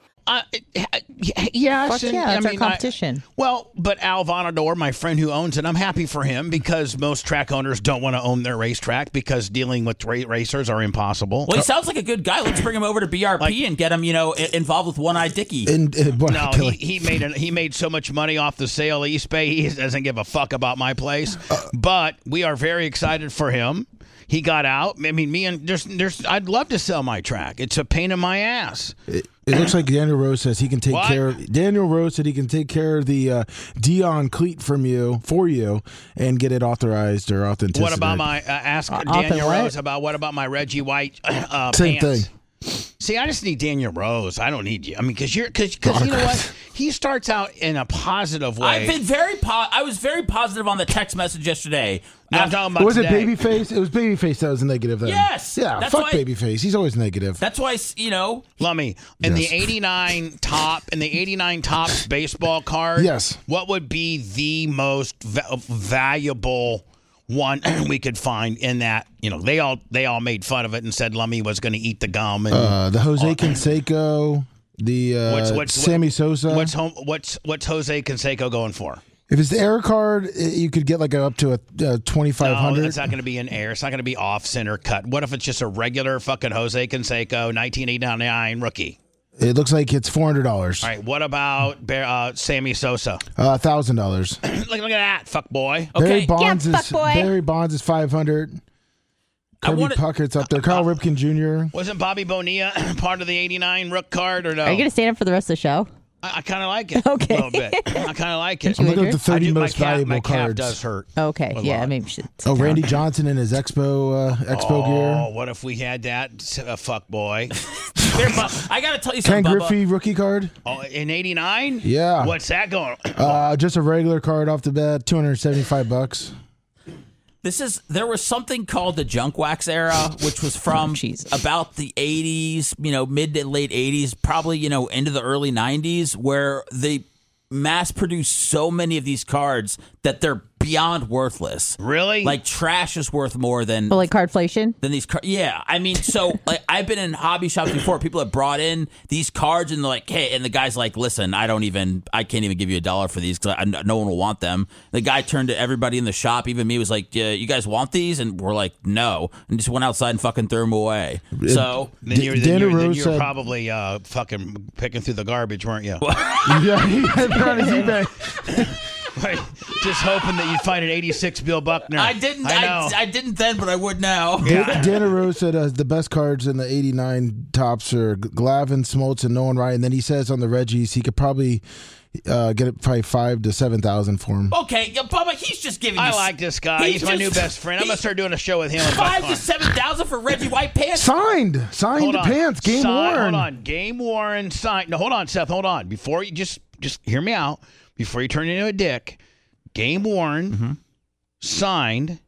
[SPEAKER 1] Uh, yeah,
[SPEAKER 3] Fuck yeah, it's our competition.
[SPEAKER 1] Well, but Al Vonador, my friend who owns it, I'm happy for him because most track owners don't want to own their racetrack because dealing with ra- racers are impossible.
[SPEAKER 2] Well, he sounds like a good guy. Let's bring him over to BRP and get him, you know, i- involved with One Eye Dicky.
[SPEAKER 4] And, and boy,
[SPEAKER 1] No, he,
[SPEAKER 4] Billy,
[SPEAKER 1] he made an, he made so much money off the sale of East Bay. He doesn't give a fuck about my place.
[SPEAKER 3] Uh,
[SPEAKER 1] But we are very excited for him. He got out. I mean, me and there's there's. I'd love to sell my track. It's a pain in my ass.
[SPEAKER 4] it looks like Daniel Rose says he can take
[SPEAKER 1] What?
[SPEAKER 4] care. Of, Daniel Rose said he can take care of the uh, Dion cleat from you for you and get it authorized or authenticated.
[SPEAKER 1] What about my uh, ask
[SPEAKER 3] Arthur
[SPEAKER 1] Daniel
[SPEAKER 3] what?
[SPEAKER 1] Rose about what about my Reggie White uh,
[SPEAKER 4] Same
[SPEAKER 1] pants?
[SPEAKER 4] thing.
[SPEAKER 1] See, I just need Daniel Rose. I don't need you. I mean, because you're because you know what he starts out in a positive way.
[SPEAKER 2] I've been very po- I was very positive on the text message yesterday.
[SPEAKER 1] No, I'm
[SPEAKER 2] Uh,
[SPEAKER 1] talking about
[SPEAKER 4] What was it
[SPEAKER 1] today.
[SPEAKER 4] Babyface? It was Babyface that was negative then.
[SPEAKER 2] Yes!
[SPEAKER 4] Yeah.
[SPEAKER 2] That's
[SPEAKER 4] fuck
[SPEAKER 2] why-
[SPEAKER 4] Babyface. He's always negative.
[SPEAKER 2] that's why s- you know
[SPEAKER 1] Lummy, in
[SPEAKER 4] Yes.
[SPEAKER 1] the 89 top, in the 89 tops baseball card,
[SPEAKER 4] Yes.
[SPEAKER 1] what would be the most va- valuable one we could find in that? You know, they all they all made fun of it and said Lummy was going to eat the gum and
[SPEAKER 4] Uh, the Jose Canseco, the uh,
[SPEAKER 1] Oh. What's- what's-
[SPEAKER 4] Sammy Sosa.
[SPEAKER 1] what's home, what's what's Jose Canseco going for?
[SPEAKER 4] if it's the error card, i- you could get like a, up to a, uh twenty five
[SPEAKER 1] No,
[SPEAKER 4] hundred.
[SPEAKER 1] it's not going to be an air. It's not going to be off center cut. What if it's just a regular fucking Jose Canseco 1989 rookie?
[SPEAKER 4] it looks like it's four hundred dollars, uh,
[SPEAKER 1] All right, what about Bear- uh, Sammy Sosa?
[SPEAKER 4] thousand dollars.
[SPEAKER 1] look, look at that, fuck boy.
[SPEAKER 4] Barry
[SPEAKER 2] okay.
[SPEAKER 4] Bonds
[SPEAKER 3] Yeah,
[SPEAKER 4] is
[SPEAKER 3] fuckboy.
[SPEAKER 4] Barry Bonds is five hundred.
[SPEAKER 2] I
[SPEAKER 4] Kirby
[SPEAKER 2] wanna-
[SPEAKER 4] Puckett's up there. Kyle Ripken Jr.
[SPEAKER 1] Wasn't Bobby Bonilla part of the 89 Rook card or no?
[SPEAKER 3] Are you gonna stand up for the rest of the show?
[SPEAKER 1] I, I kind of like it
[SPEAKER 3] Okay.
[SPEAKER 1] a little bit. I kind of like it.
[SPEAKER 4] I'm looking at
[SPEAKER 3] Andrew?
[SPEAKER 4] the thirty
[SPEAKER 1] I do-
[SPEAKER 4] most
[SPEAKER 1] my calf,
[SPEAKER 4] valuable
[SPEAKER 1] my calf
[SPEAKER 4] cards.
[SPEAKER 1] does hurt.
[SPEAKER 3] Okay,
[SPEAKER 1] a
[SPEAKER 3] yeah,
[SPEAKER 1] lot.
[SPEAKER 3] I mean, shit.
[SPEAKER 4] Oh, Randy Johnson in his Expo uh, Expo
[SPEAKER 1] Oh,
[SPEAKER 4] gear.
[SPEAKER 1] what if we had that s- uh, fuck boy?
[SPEAKER 2] Bear Bu- I gotta tell you
[SPEAKER 4] Ken
[SPEAKER 2] something, Bubba.
[SPEAKER 4] Griffey rookie card.
[SPEAKER 1] Oh, in '89?
[SPEAKER 4] Yeah.
[SPEAKER 1] What's that going?
[SPEAKER 4] Uh, just a regular card off the bat, two hundred seventy five bucks.
[SPEAKER 2] This is there was something called the junk wax era, which was from
[SPEAKER 3] Jesus.
[SPEAKER 2] about the eighties, you know, mid to late eighties, probably you know into the early nineties, where they mass produced so many of these cards that they're beyond worthless.
[SPEAKER 1] really?
[SPEAKER 2] Like trash is worth more than
[SPEAKER 3] Well, like cardflation.
[SPEAKER 2] than these cards. Yeah, I mean, so like I've been in hobby shops before. People have brought in these cards and they're like, hey, and the guy's like, listen, I don't even, I can't even give you a dollar for these because no one will want them. The guy turned to everybody in the shop, even me, was like, yeah, you guys want these? And we're like, no, and just went outside and fucking threw them away. So.
[SPEAKER 1] then
[SPEAKER 4] D-
[SPEAKER 1] you're, then
[SPEAKER 4] Dana
[SPEAKER 1] you're, then
[SPEAKER 4] Rose
[SPEAKER 1] you're
[SPEAKER 4] said-
[SPEAKER 1] probably uh, fucking picking through the garbage, weren't you?
[SPEAKER 4] yeah, he had it on his eBay.
[SPEAKER 1] Right. Just hoping that you'd find an 86 Bill Buckner.
[SPEAKER 2] I didn't.
[SPEAKER 1] I
[SPEAKER 2] I,
[SPEAKER 1] know.
[SPEAKER 2] I, didn't then, but I would now.
[SPEAKER 1] Yeah.
[SPEAKER 4] Dana Rose said uh, the best cards in the 89 tops are Glavin, Smoltz, and Nolan Ryan. And then he says on the Reggies, he could probably uh, get it probably five to 7,000 for him.
[SPEAKER 2] Okay, yeah, Bubba, he's just giving.
[SPEAKER 1] I
[SPEAKER 2] you s-
[SPEAKER 1] like this guy. He's,
[SPEAKER 2] He's
[SPEAKER 1] my
[SPEAKER 2] just-
[SPEAKER 1] new best friend. I'm gonna
[SPEAKER 2] he's-
[SPEAKER 1] start doing a show with him. in
[SPEAKER 2] five
[SPEAKER 1] Buckhorn.
[SPEAKER 2] to seven thousand for Reggie White pants.
[SPEAKER 4] Signed. Signed
[SPEAKER 1] Hold on.
[SPEAKER 4] pants. Game
[SPEAKER 1] Sign-
[SPEAKER 4] worn.
[SPEAKER 1] Hold on. Game Warren signed. No, hold on, Seth. Hold on. Before you just just hear me out. Before you turn into a dick, Game Warren
[SPEAKER 2] Mm-hmm.
[SPEAKER 1] signed,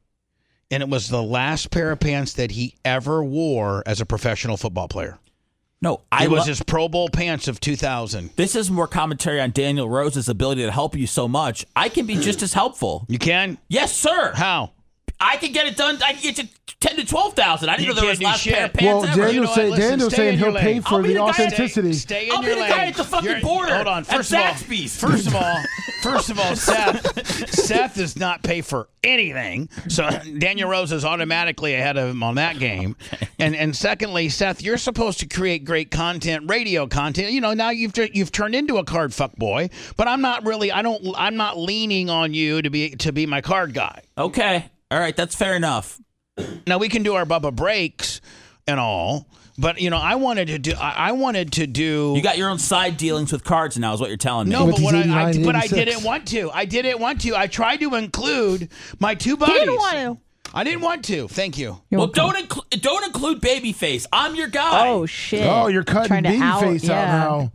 [SPEAKER 1] and it was the last pair of pants that he ever wore as a professional football player.
[SPEAKER 2] No, I
[SPEAKER 1] It was
[SPEAKER 2] was.
[SPEAKER 1] his Pro Bowl pants of 2000.
[SPEAKER 2] this is more commentary on Daniel Rose's ability to help you so much. I can be just as helpful.
[SPEAKER 1] You can?
[SPEAKER 2] Yes, sir.
[SPEAKER 1] How?
[SPEAKER 2] I can get it done. I can get you ten to twelve thousand. I didn't
[SPEAKER 1] You
[SPEAKER 2] know
[SPEAKER 1] can't
[SPEAKER 2] there was
[SPEAKER 1] do
[SPEAKER 2] last
[SPEAKER 1] shit.
[SPEAKER 2] pair of
[SPEAKER 4] Well,
[SPEAKER 2] pants ever.
[SPEAKER 1] You know
[SPEAKER 4] Daniel's,
[SPEAKER 1] what?
[SPEAKER 4] say,
[SPEAKER 1] Listen,
[SPEAKER 4] Daniel's
[SPEAKER 1] stay
[SPEAKER 4] saying
[SPEAKER 1] in
[SPEAKER 4] he'll
[SPEAKER 1] your
[SPEAKER 4] pay
[SPEAKER 1] lane.
[SPEAKER 4] for
[SPEAKER 2] I'll be
[SPEAKER 4] the,
[SPEAKER 2] the guy that-
[SPEAKER 4] authenticity.
[SPEAKER 1] Stay in
[SPEAKER 2] I'll be
[SPEAKER 1] your
[SPEAKER 2] the
[SPEAKER 1] lane.
[SPEAKER 2] guy at the fucking
[SPEAKER 1] You're-
[SPEAKER 2] border
[SPEAKER 1] Hold on.
[SPEAKER 2] at
[SPEAKER 1] First of all,
[SPEAKER 2] Zaxby's.
[SPEAKER 1] first of all, first of all, Seth, Seth does not pay for anything. So Daniel Rose is automatically ahead of him on that game. And and secondly, Seth, you're supposed to create great content, radio content. You know, now you've tur- you've turned into a card fuck boy. But I'm not really. I don't. I'm not leaning on you to be to be my card guy.
[SPEAKER 2] okay, all right, that's fair enough.
[SPEAKER 1] Now we can do our Bubba breaks and all. But you know, I wanted to do. I I wanted to do.
[SPEAKER 2] You got your own side dealings with cards now, is what you're telling me.
[SPEAKER 1] No,
[SPEAKER 4] With
[SPEAKER 1] but what
[SPEAKER 4] his
[SPEAKER 1] I, I
[SPEAKER 4] 89,
[SPEAKER 1] but I
[SPEAKER 4] 86.
[SPEAKER 1] didn't want to. I didn't want to. I tried to include my two buddies.
[SPEAKER 3] didn't want
[SPEAKER 1] I didn't want to. Thank you.
[SPEAKER 3] You're
[SPEAKER 2] well,
[SPEAKER 3] welcome.
[SPEAKER 2] don't include don't include babyface. I'm your guy.
[SPEAKER 3] Oh shit!
[SPEAKER 4] Oh, you're cutting
[SPEAKER 3] Trying to
[SPEAKER 4] Babyface out
[SPEAKER 3] yeah,
[SPEAKER 4] now.
[SPEAKER 1] no,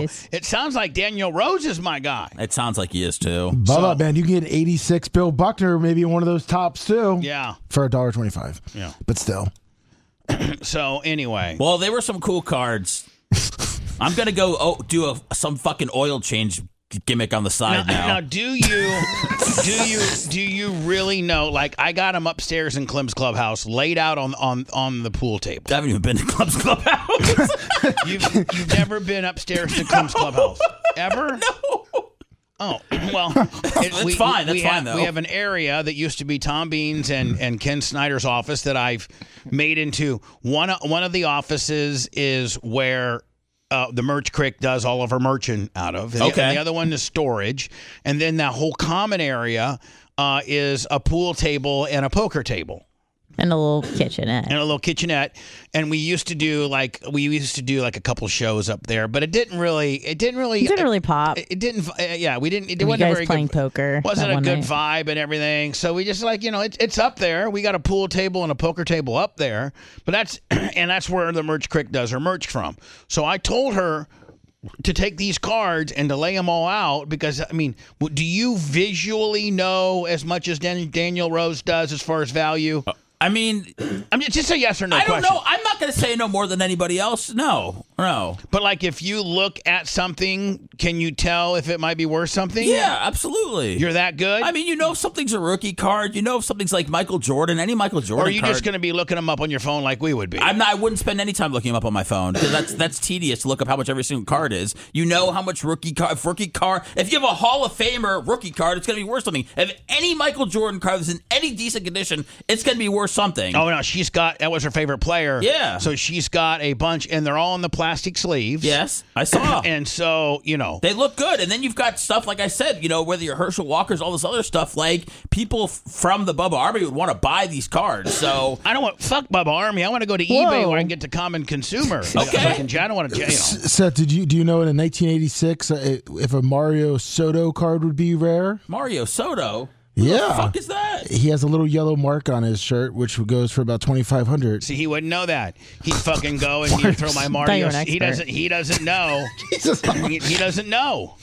[SPEAKER 3] Babyface.
[SPEAKER 1] it sounds like Daniel Rose is my guy.
[SPEAKER 2] it sounds like he is too.
[SPEAKER 4] Bubba, man, you can get 86 Bill Buckner, maybe in one of those tops, too.
[SPEAKER 1] Yeah.
[SPEAKER 4] For $1.25. Yeah. But still.
[SPEAKER 1] So anyway,
[SPEAKER 2] Well, they were some cool cards. I'm gonna go oh, do a some fucking oil change gimmick on the side now.
[SPEAKER 1] now do you do you do you really know? Like I got him upstairs in Clem's clubhouse, laid out on on on the pool table.
[SPEAKER 2] I haven't even been to Club's Clubhouse.
[SPEAKER 1] You've you've never been upstairs to Clem's clubhouse ever?
[SPEAKER 2] No.
[SPEAKER 1] Oh well, it's
[SPEAKER 2] That's fine, that's
[SPEAKER 1] we have-
[SPEAKER 2] fine, though.
[SPEAKER 1] We have an area that used to be Tom Bean's and, and Ken Snyder's office that I've made into one. o- One of the offices is where uh, the Merch Crick does all of her merchant out of. And the-
[SPEAKER 2] Okay.
[SPEAKER 1] and the other one is storage, and then that whole common area uh, is a pool table and a poker table
[SPEAKER 3] And a little kitchenette.
[SPEAKER 1] and a little kitchenette and we used to do like we used to do like a couple shows up there but it didn't really it didn't really
[SPEAKER 3] It didn't really pop.
[SPEAKER 1] it, it didn't uh, yeah we didn't it
[SPEAKER 3] you
[SPEAKER 1] wasn't a
[SPEAKER 3] guys
[SPEAKER 1] very
[SPEAKER 3] playing
[SPEAKER 1] good,
[SPEAKER 3] poker
[SPEAKER 1] wasn't
[SPEAKER 3] that
[SPEAKER 1] a
[SPEAKER 3] one
[SPEAKER 1] good vibe and everything so we just like you know it, it's up there we got a pool table and a poker table up there but that's and that's where the merch crick does her merch from so i told her to take these cards and to lay them all out because I mean, w- do you visually know as much as Dan- Daniel Rose does as far as value?
[SPEAKER 2] I mean,
[SPEAKER 1] I'm just, just a yes or no.
[SPEAKER 2] Uh, I don't
[SPEAKER 1] question.
[SPEAKER 2] know. I'm not going to say no more than anybody else. No, no.
[SPEAKER 1] But like, if you look at something, can you tell if it might be worth something?
[SPEAKER 2] Yeah, absolutely.
[SPEAKER 1] you're that good.
[SPEAKER 2] I mean, you know if something's a rookie card. You know if something's like Michael Jordan, any Michael Jordan
[SPEAKER 1] or are you
[SPEAKER 2] card.
[SPEAKER 1] just going to be looking them up on your phone like we would be?
[SPEAKER 2] I'm not, I wouldn't spend any time looking them up on my phone because that's that's tedious to look up how much every single card is. You know how much rookie card, if rookie card. If you have a Hall of Famer rookie card, it's going to be worth something. If any Michael Jordan card is in any decent condition, it's going to be worth something.
[SPEAKER 1] oh no, she's got that was her favorite player.
[SPEAKER 2] Yeah.
[SPEAKER 1] so she's got a bunch, and they're all in the plastic sleeves.
[SPEAKER 2] Yes, I saw.
[SPEAKER 1] and so you know,
[SPEAKER 2] They look good, and then you've got stuff like I said, you know, whether you're Herschel Walker's, all this other stuff. Like people f- from the Bubba Army would want to buy these cards. So
[SPEAKER 1] I don't want fuck Bubba Army. I want to go to eBay
[SPEAKER 3] Whoa.
[SPEAKER 1] where I can get to common consumer.
[SPEAKER 2] Okay.
[SPEAKER 1] I, can, I don't want to. You know.
[SPEAKER 4] Seth, did you do you know in 1986 uh, it- if a Mario Soto card would be rare?
[SPEAKER 2] Mario Soto,
[SPEAKER 4] yeah,
[SPEAKER 2] fuck is that?
[SPEAKER 4] he has a little yellow mark on his shirt, which goes for about 2,500.
[SPEAKER 1] See, he wouldn't know that. He'd fucking go and he'd throw my
[SPEAKER 3] Thought you
[SPEAKER 1] Mario.
[SPEAKER 3] were an
[SPEAKER 1] He
[SPEAKER 3] expert.
[SPEAKER 1] doesn't. He doesn't know. he, he doesn't know.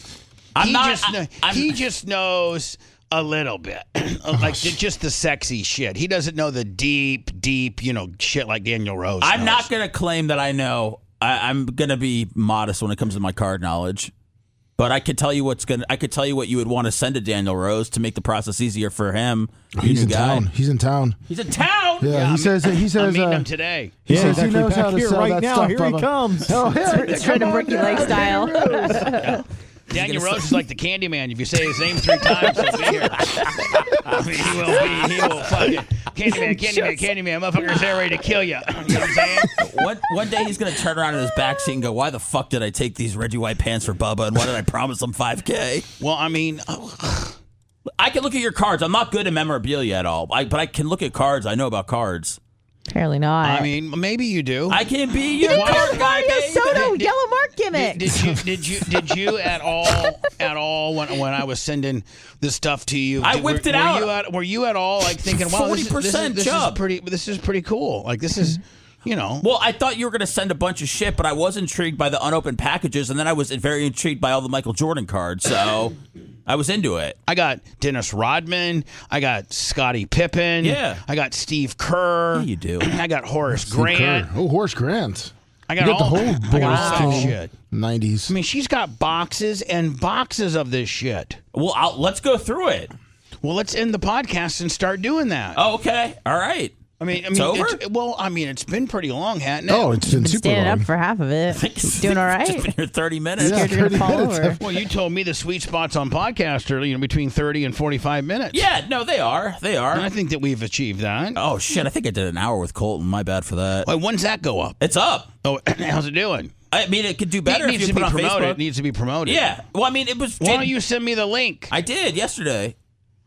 [SPEAKER 2] I'm
[SPEAKER 1] he
[SPEAKER 2] not.
[SPEAKER 1] just
[SPEAKER 2] I-
[SPEAKER 1] kn-
[SPEAKER 2] I'm-
[SPEAKER 1] he just knows a little bit, like ju- just the sexy shit. He doesn't know the deep, deep, you know, shit like Daniel Rose.
[SPEAKER 2] I'm
[SPEAKER 1] knows.
[SPEAKER 2] not gonna claim that I know. I, I'm gonna be modest when it comes to my card knowledge. But I could tell you what's gonna. I could tell you what you would want to send to Daniel Rose to make the process easier for him. You
[SPEAKER 4] He's
[SPEAKER 2] new
[SPEAKER 4] in
[SPEAKER 2] guy.
[SPEAKER 4] town. He's in town.
[SPEAKER 2] He's in town.
[SPEAKER 4] Yeah, he says that he
[SPEAKER 1] I'm
[SPEAKER 4] says
[SPEAKER 1] meeting
[SPEAKER 4] uh,
[SPEAKER 1] him today.
[SPEAKER 4] he says he knows how
[SPEAKER 6] back
[SPEAKER 4] to
[SPEAKER 6] here
[SPEAKER 4] sell
[SPEAKER 6] right
[SPEAKER 4] that
[SPEAKER 6] now.
[SPEAKER 4] stuff.
[SPEAKER 6] Here
[SPEAKER 4] Bubba.
[SPEAKER 6] he comes.
[SPEAKER 4] Oh, yeah,
[SPEAKER 3] It's Fred and Ricky Lake style.
[SPEAKER 1] Daniel Rose is like the candy man. If you say his name three times, he'll be here. I mean, he will be. He will fucking Candyman, Candyman, Candyman. Motherfucker's there ready to kill you. You know what I'm saying?
[SPEAKER 2] One, one day he's gonna turn around in his backseat and go, "Why the fuck did I take these Reggie White pants for Bubba? And why did I promise him 5K?"
[SPEAKER 1] Well, I mean,
[SPEAKER 2] I can look at your cards. I'm not good at memorabilia at all, I, but I can look at cards. I know about cards.
[SPEAKER 3] Apparently not.
[SPEAKER 1] I mean, maybe you do.
[SPEAKER 2] I can be your
[SPEAKER 1] didn't
[SPEAKER 2] card guy,
[SPEAKER 3] Mario
[SPEAKER 2] babe.
[SPEAKER 3] Soto,
[SPEAKER 1] did-
[SPEAKER 3] yellow mark
[SPEAKER 1] Did,
[SPEAKER 3] gimmick.
[SPEAKER 1] did you did you did you at all at all when when I was sending the stuff to you?
[SPEAKER 2] I
[SPEAKER 1] did-
[SPEAKER 2] whipped
[SPEAKER 1] were,
[SPEAKER 2] it out.
[SPEAKER 1] Were you at, were you at all like thinking, wow, this is- this is,
[SPEAKER 2] 40%
[SPEAKER 1] this is
[SPEAKER 2] job.
[SPEAKER 1] pretty this is pretty cool. Like this is, you know,
[SPEAKER 2] Well, I thought you were going to send a bunch of shit, but I was intrigued by the unopened packages, and then I was very intrigued by all the Michael Jordan cards. So I was into it.
[SPEAKER 1] I got Dennis Rodman, I got Scottie Pippen,
[SPEAKER 2] Yeah.
[SPEAKER 1] I got Steve Kerr.
[SPEAKER 2] Yeah, you do.
[SPEAKER 1] I got Horace
[SPEAKER 4] Steve Kerr.
[SPEAKER 1] Grant.
[SPEAKER 4] Oh, Horace Grant.
[SPEAKER 1] I got
[SPEAKER 4] You
[SPEAKER 1] all-
[SPEAKER 4] the
[SPEAKER 1] I
[SPEAKER 4] whole
[SPEAKER 1] got all that
[SPEAKER 4] Boris team.
[SPEAKER 1] shit.
[SPEAKER 4] Nineties.
[SPEAKER 1] I mean, she's got boxes and boxes of this shit.
[SPEAKER 2] Well, I'll, let's go through it.
[SPEAKER 1] Well, let's end the podcast and start doing that.
[SPEAKER 2] Oh, okay. All right.
[SPEAKER 1] I mean, I mean,
[SPEAKER 2] It's over?
[SPEAKER 1] well, I mean, it's been pretty long, hasn't it?
[SPEAKER 4] oh, it's been
[SPEAKER 3] Been
[SPEAKER 4] super
[SPEAKER 3] standing
[SPEAKER 4] long.
[SPEAKER 3] up for half of it. Doing all
[SPEAKER 2] Just been
[SPEAKER 3] right.
[SPEAKER 2] here 30 minutes.
[SPEAKER 4] Yeah.
[SPEAKER 3] Scared you're gonna
[SPEAKER 4] 30
[SPEAKER 3] fall
[SPEAKER 4] minutes.
[SPEAKER 3] over.
[SPEAKER 1] Well, you told me the sweet spots on podcast are you know between thirty and forty-five minutes.
[SPEAKER 2] Yeah, no, they are. They
[SPEAKER 1] and I
[SPEAKER 2] are.
[SPEAKER 1] think that we've achieved that.
[SPEAKER 2] Oh, shit. I think I did an hour with Colton. My bad for that.
[SPEAKER 1] Wait, when's that go up?
[SPEAKER 2] It's up.
[SPEAKER 1] Oh, how's it doing?
[SPEAKER 2] I mean, it could do better
[SPEAKER 1] it
[SPEAKER 2] if
[SPEAKER 1] needs to
[SPEAKER 2] you put
[SPEAKER 1] be
[SPEAKER 2] it on
[SPEAKER 1] promoted.
[SPEAKER 2] Facebook.
[SPEAKER 1] It needs to be promoted.
[SPEAKER 2] yeah. Well, I mean, it was.
[SPEAKER 1] Why don't you send me the link?
[SPEAKER 2] I did yesterday.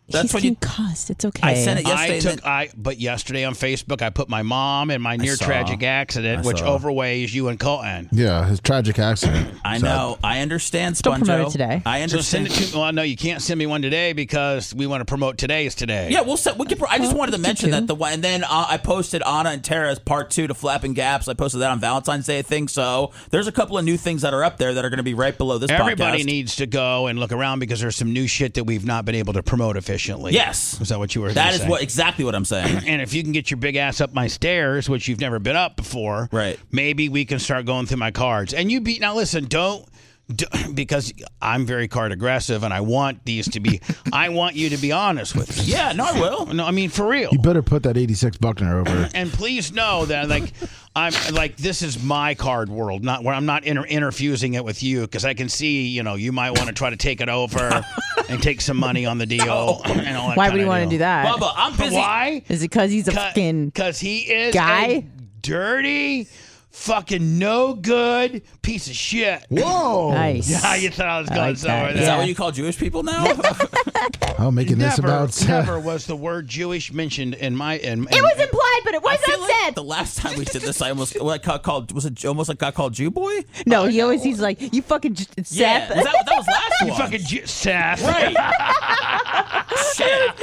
[SPEAKER 2] That's
[SPEAKER 3] He's
[SPEAKER 2] what you.
[SPEAKER 3] getting cussed. It's okay.
[SPEAKER 2] I sent it yesterday.
[SPEAKER 1] I
[SPEAKER 2] and
[SPEAKER 1] took
[SPEAKER 2] then-
[SPEAKER 1] I but yesterday on Facebook I put my mom in my near
[SPEAKER 2] saw.
[SPEAKER 1] tragic accident,
[SPEAKER 2] I
[SPEAKER 1] which
[SPEAKER 2] saw.
[SPEAKER 1] overweighs you and Colton.
[SPEAKER 4] Yeah, his tragic accident.
[SPEAKER 2] I
[SPEAKER 4] So-
[SPEAKER 2] know. I understand,
[SPEAKER 3] Don't
[SPEAKER 2] Sponjo.
[SPEAKER 3] promote it today.
[SPEAKER 2] I
[SPEAKER 1] So send
[SPEAKER 2] understand.
[SPEAKER 1] it to me. Well, no, you can't send me one today because we want to promote today's today.
[SPEAKER 2] Yeah, we'll set. We can, I just wanted to
[SPEAKER 3] Well,
[SPEAKER 2] mention
[SPEAKER 3] Oh, you
[SPEAKER 2] that
[SPEAKER 3] do.
[SPEAKER 2] the one, and then uh, I posted Anna and Tara's part two to Flapping Gaps. I posted that on Valentine's Day, I think. So there's a couple of new things that are up there that are going to be right below this.
[SPEAKER 1] Everybody
[SPEAKER 2] podcast.
[SPEAKER 1] needs to go and look around because there's some new shit that we've not been able to promote efficiently.
[SPEAKER 2] Yes.
[SPEAKER 1] Is that what you were
[SPEAKER 2] That is
[SPEAKER 1] saying?
[SPEAKER 2] what exactly what I'm saying.
[SPEAKER 1] And if you can get your big ass up my stairs, which you've never been up before,
[SPEAKER 2] Right.
[SPEAKER 1] Maybe we can start going through my cards. And you be now. Listen, don't. d- Because I'm very card aggressive, and I want these to be. I want you to be honest with me.
[SPEAKER 2] yeah, no, I will.
[SPEAKER 1] No, I mean for real.
[SPEAKER 4] You better put that 86 Buckner over.
[SPEAKER 1] And please know that like I'm like this is my card world, not where I'm not inter- interfusing it with you because I can see you know you might want to try to take it over and take some money on the deal and all that.
[SPEAKER 3] Why would he want
[SPEAKER 1] want
[SPEAKER 3] to do that? Is
[SPEAKER 2] Bubba, I'm busy.
[SPEAKER 1] Why?
[SPEAKER 3] it because he's a fucking
[SPEAKER 1] because he is a
[SPEAKER 3] guy?
[SPEAKER 1] dirty, fucking no good piece of shit.
[SPEAKER 4] Whoa!
[SPEAKER 3] nice?
[SPEAKER 1] Yeah, you thought I was
[SPEAKER 3] I
[SPEAKER 1] going
[SPEAKER 3] like
[SPEAKER 1] somewhere.
[SPEAKER 3] that.
[SPEAKER 2] Is that
[SPEAKER 1] there.
[SPEAKER 3] Yeah.
[SPEAKER 2] what you call Jewish people now?
[SPEAKER 4] Oh, making this
[SPEAKER 1] Never,
[SPEAKER 4] about
[SPEAKER 1] never was the word Jewish mentioned in my in. in
[SPEAKER 3] uh, It was implied, but it was
[SPEAKER 2] I feel
[SPEAKER 3] not
[SPEAKER 2] like
[SPEAKER 3] said.
[SPEAKER 2] the last time we did this, I almost what I got called was it almost like got called Jew boy?
[SPEAKER 3] no, he always he's like you fucking j-
[SPEAKER 2] Yeah,
[SPEAKER 3] Seth.
[SPEAKER 2] was that, that was last
[SPEAKER 1] you
[SPEAKER 2] one.
[SPEAKER 1] fucking Jew- Seth.
[SPEAKER 2] right. Shit.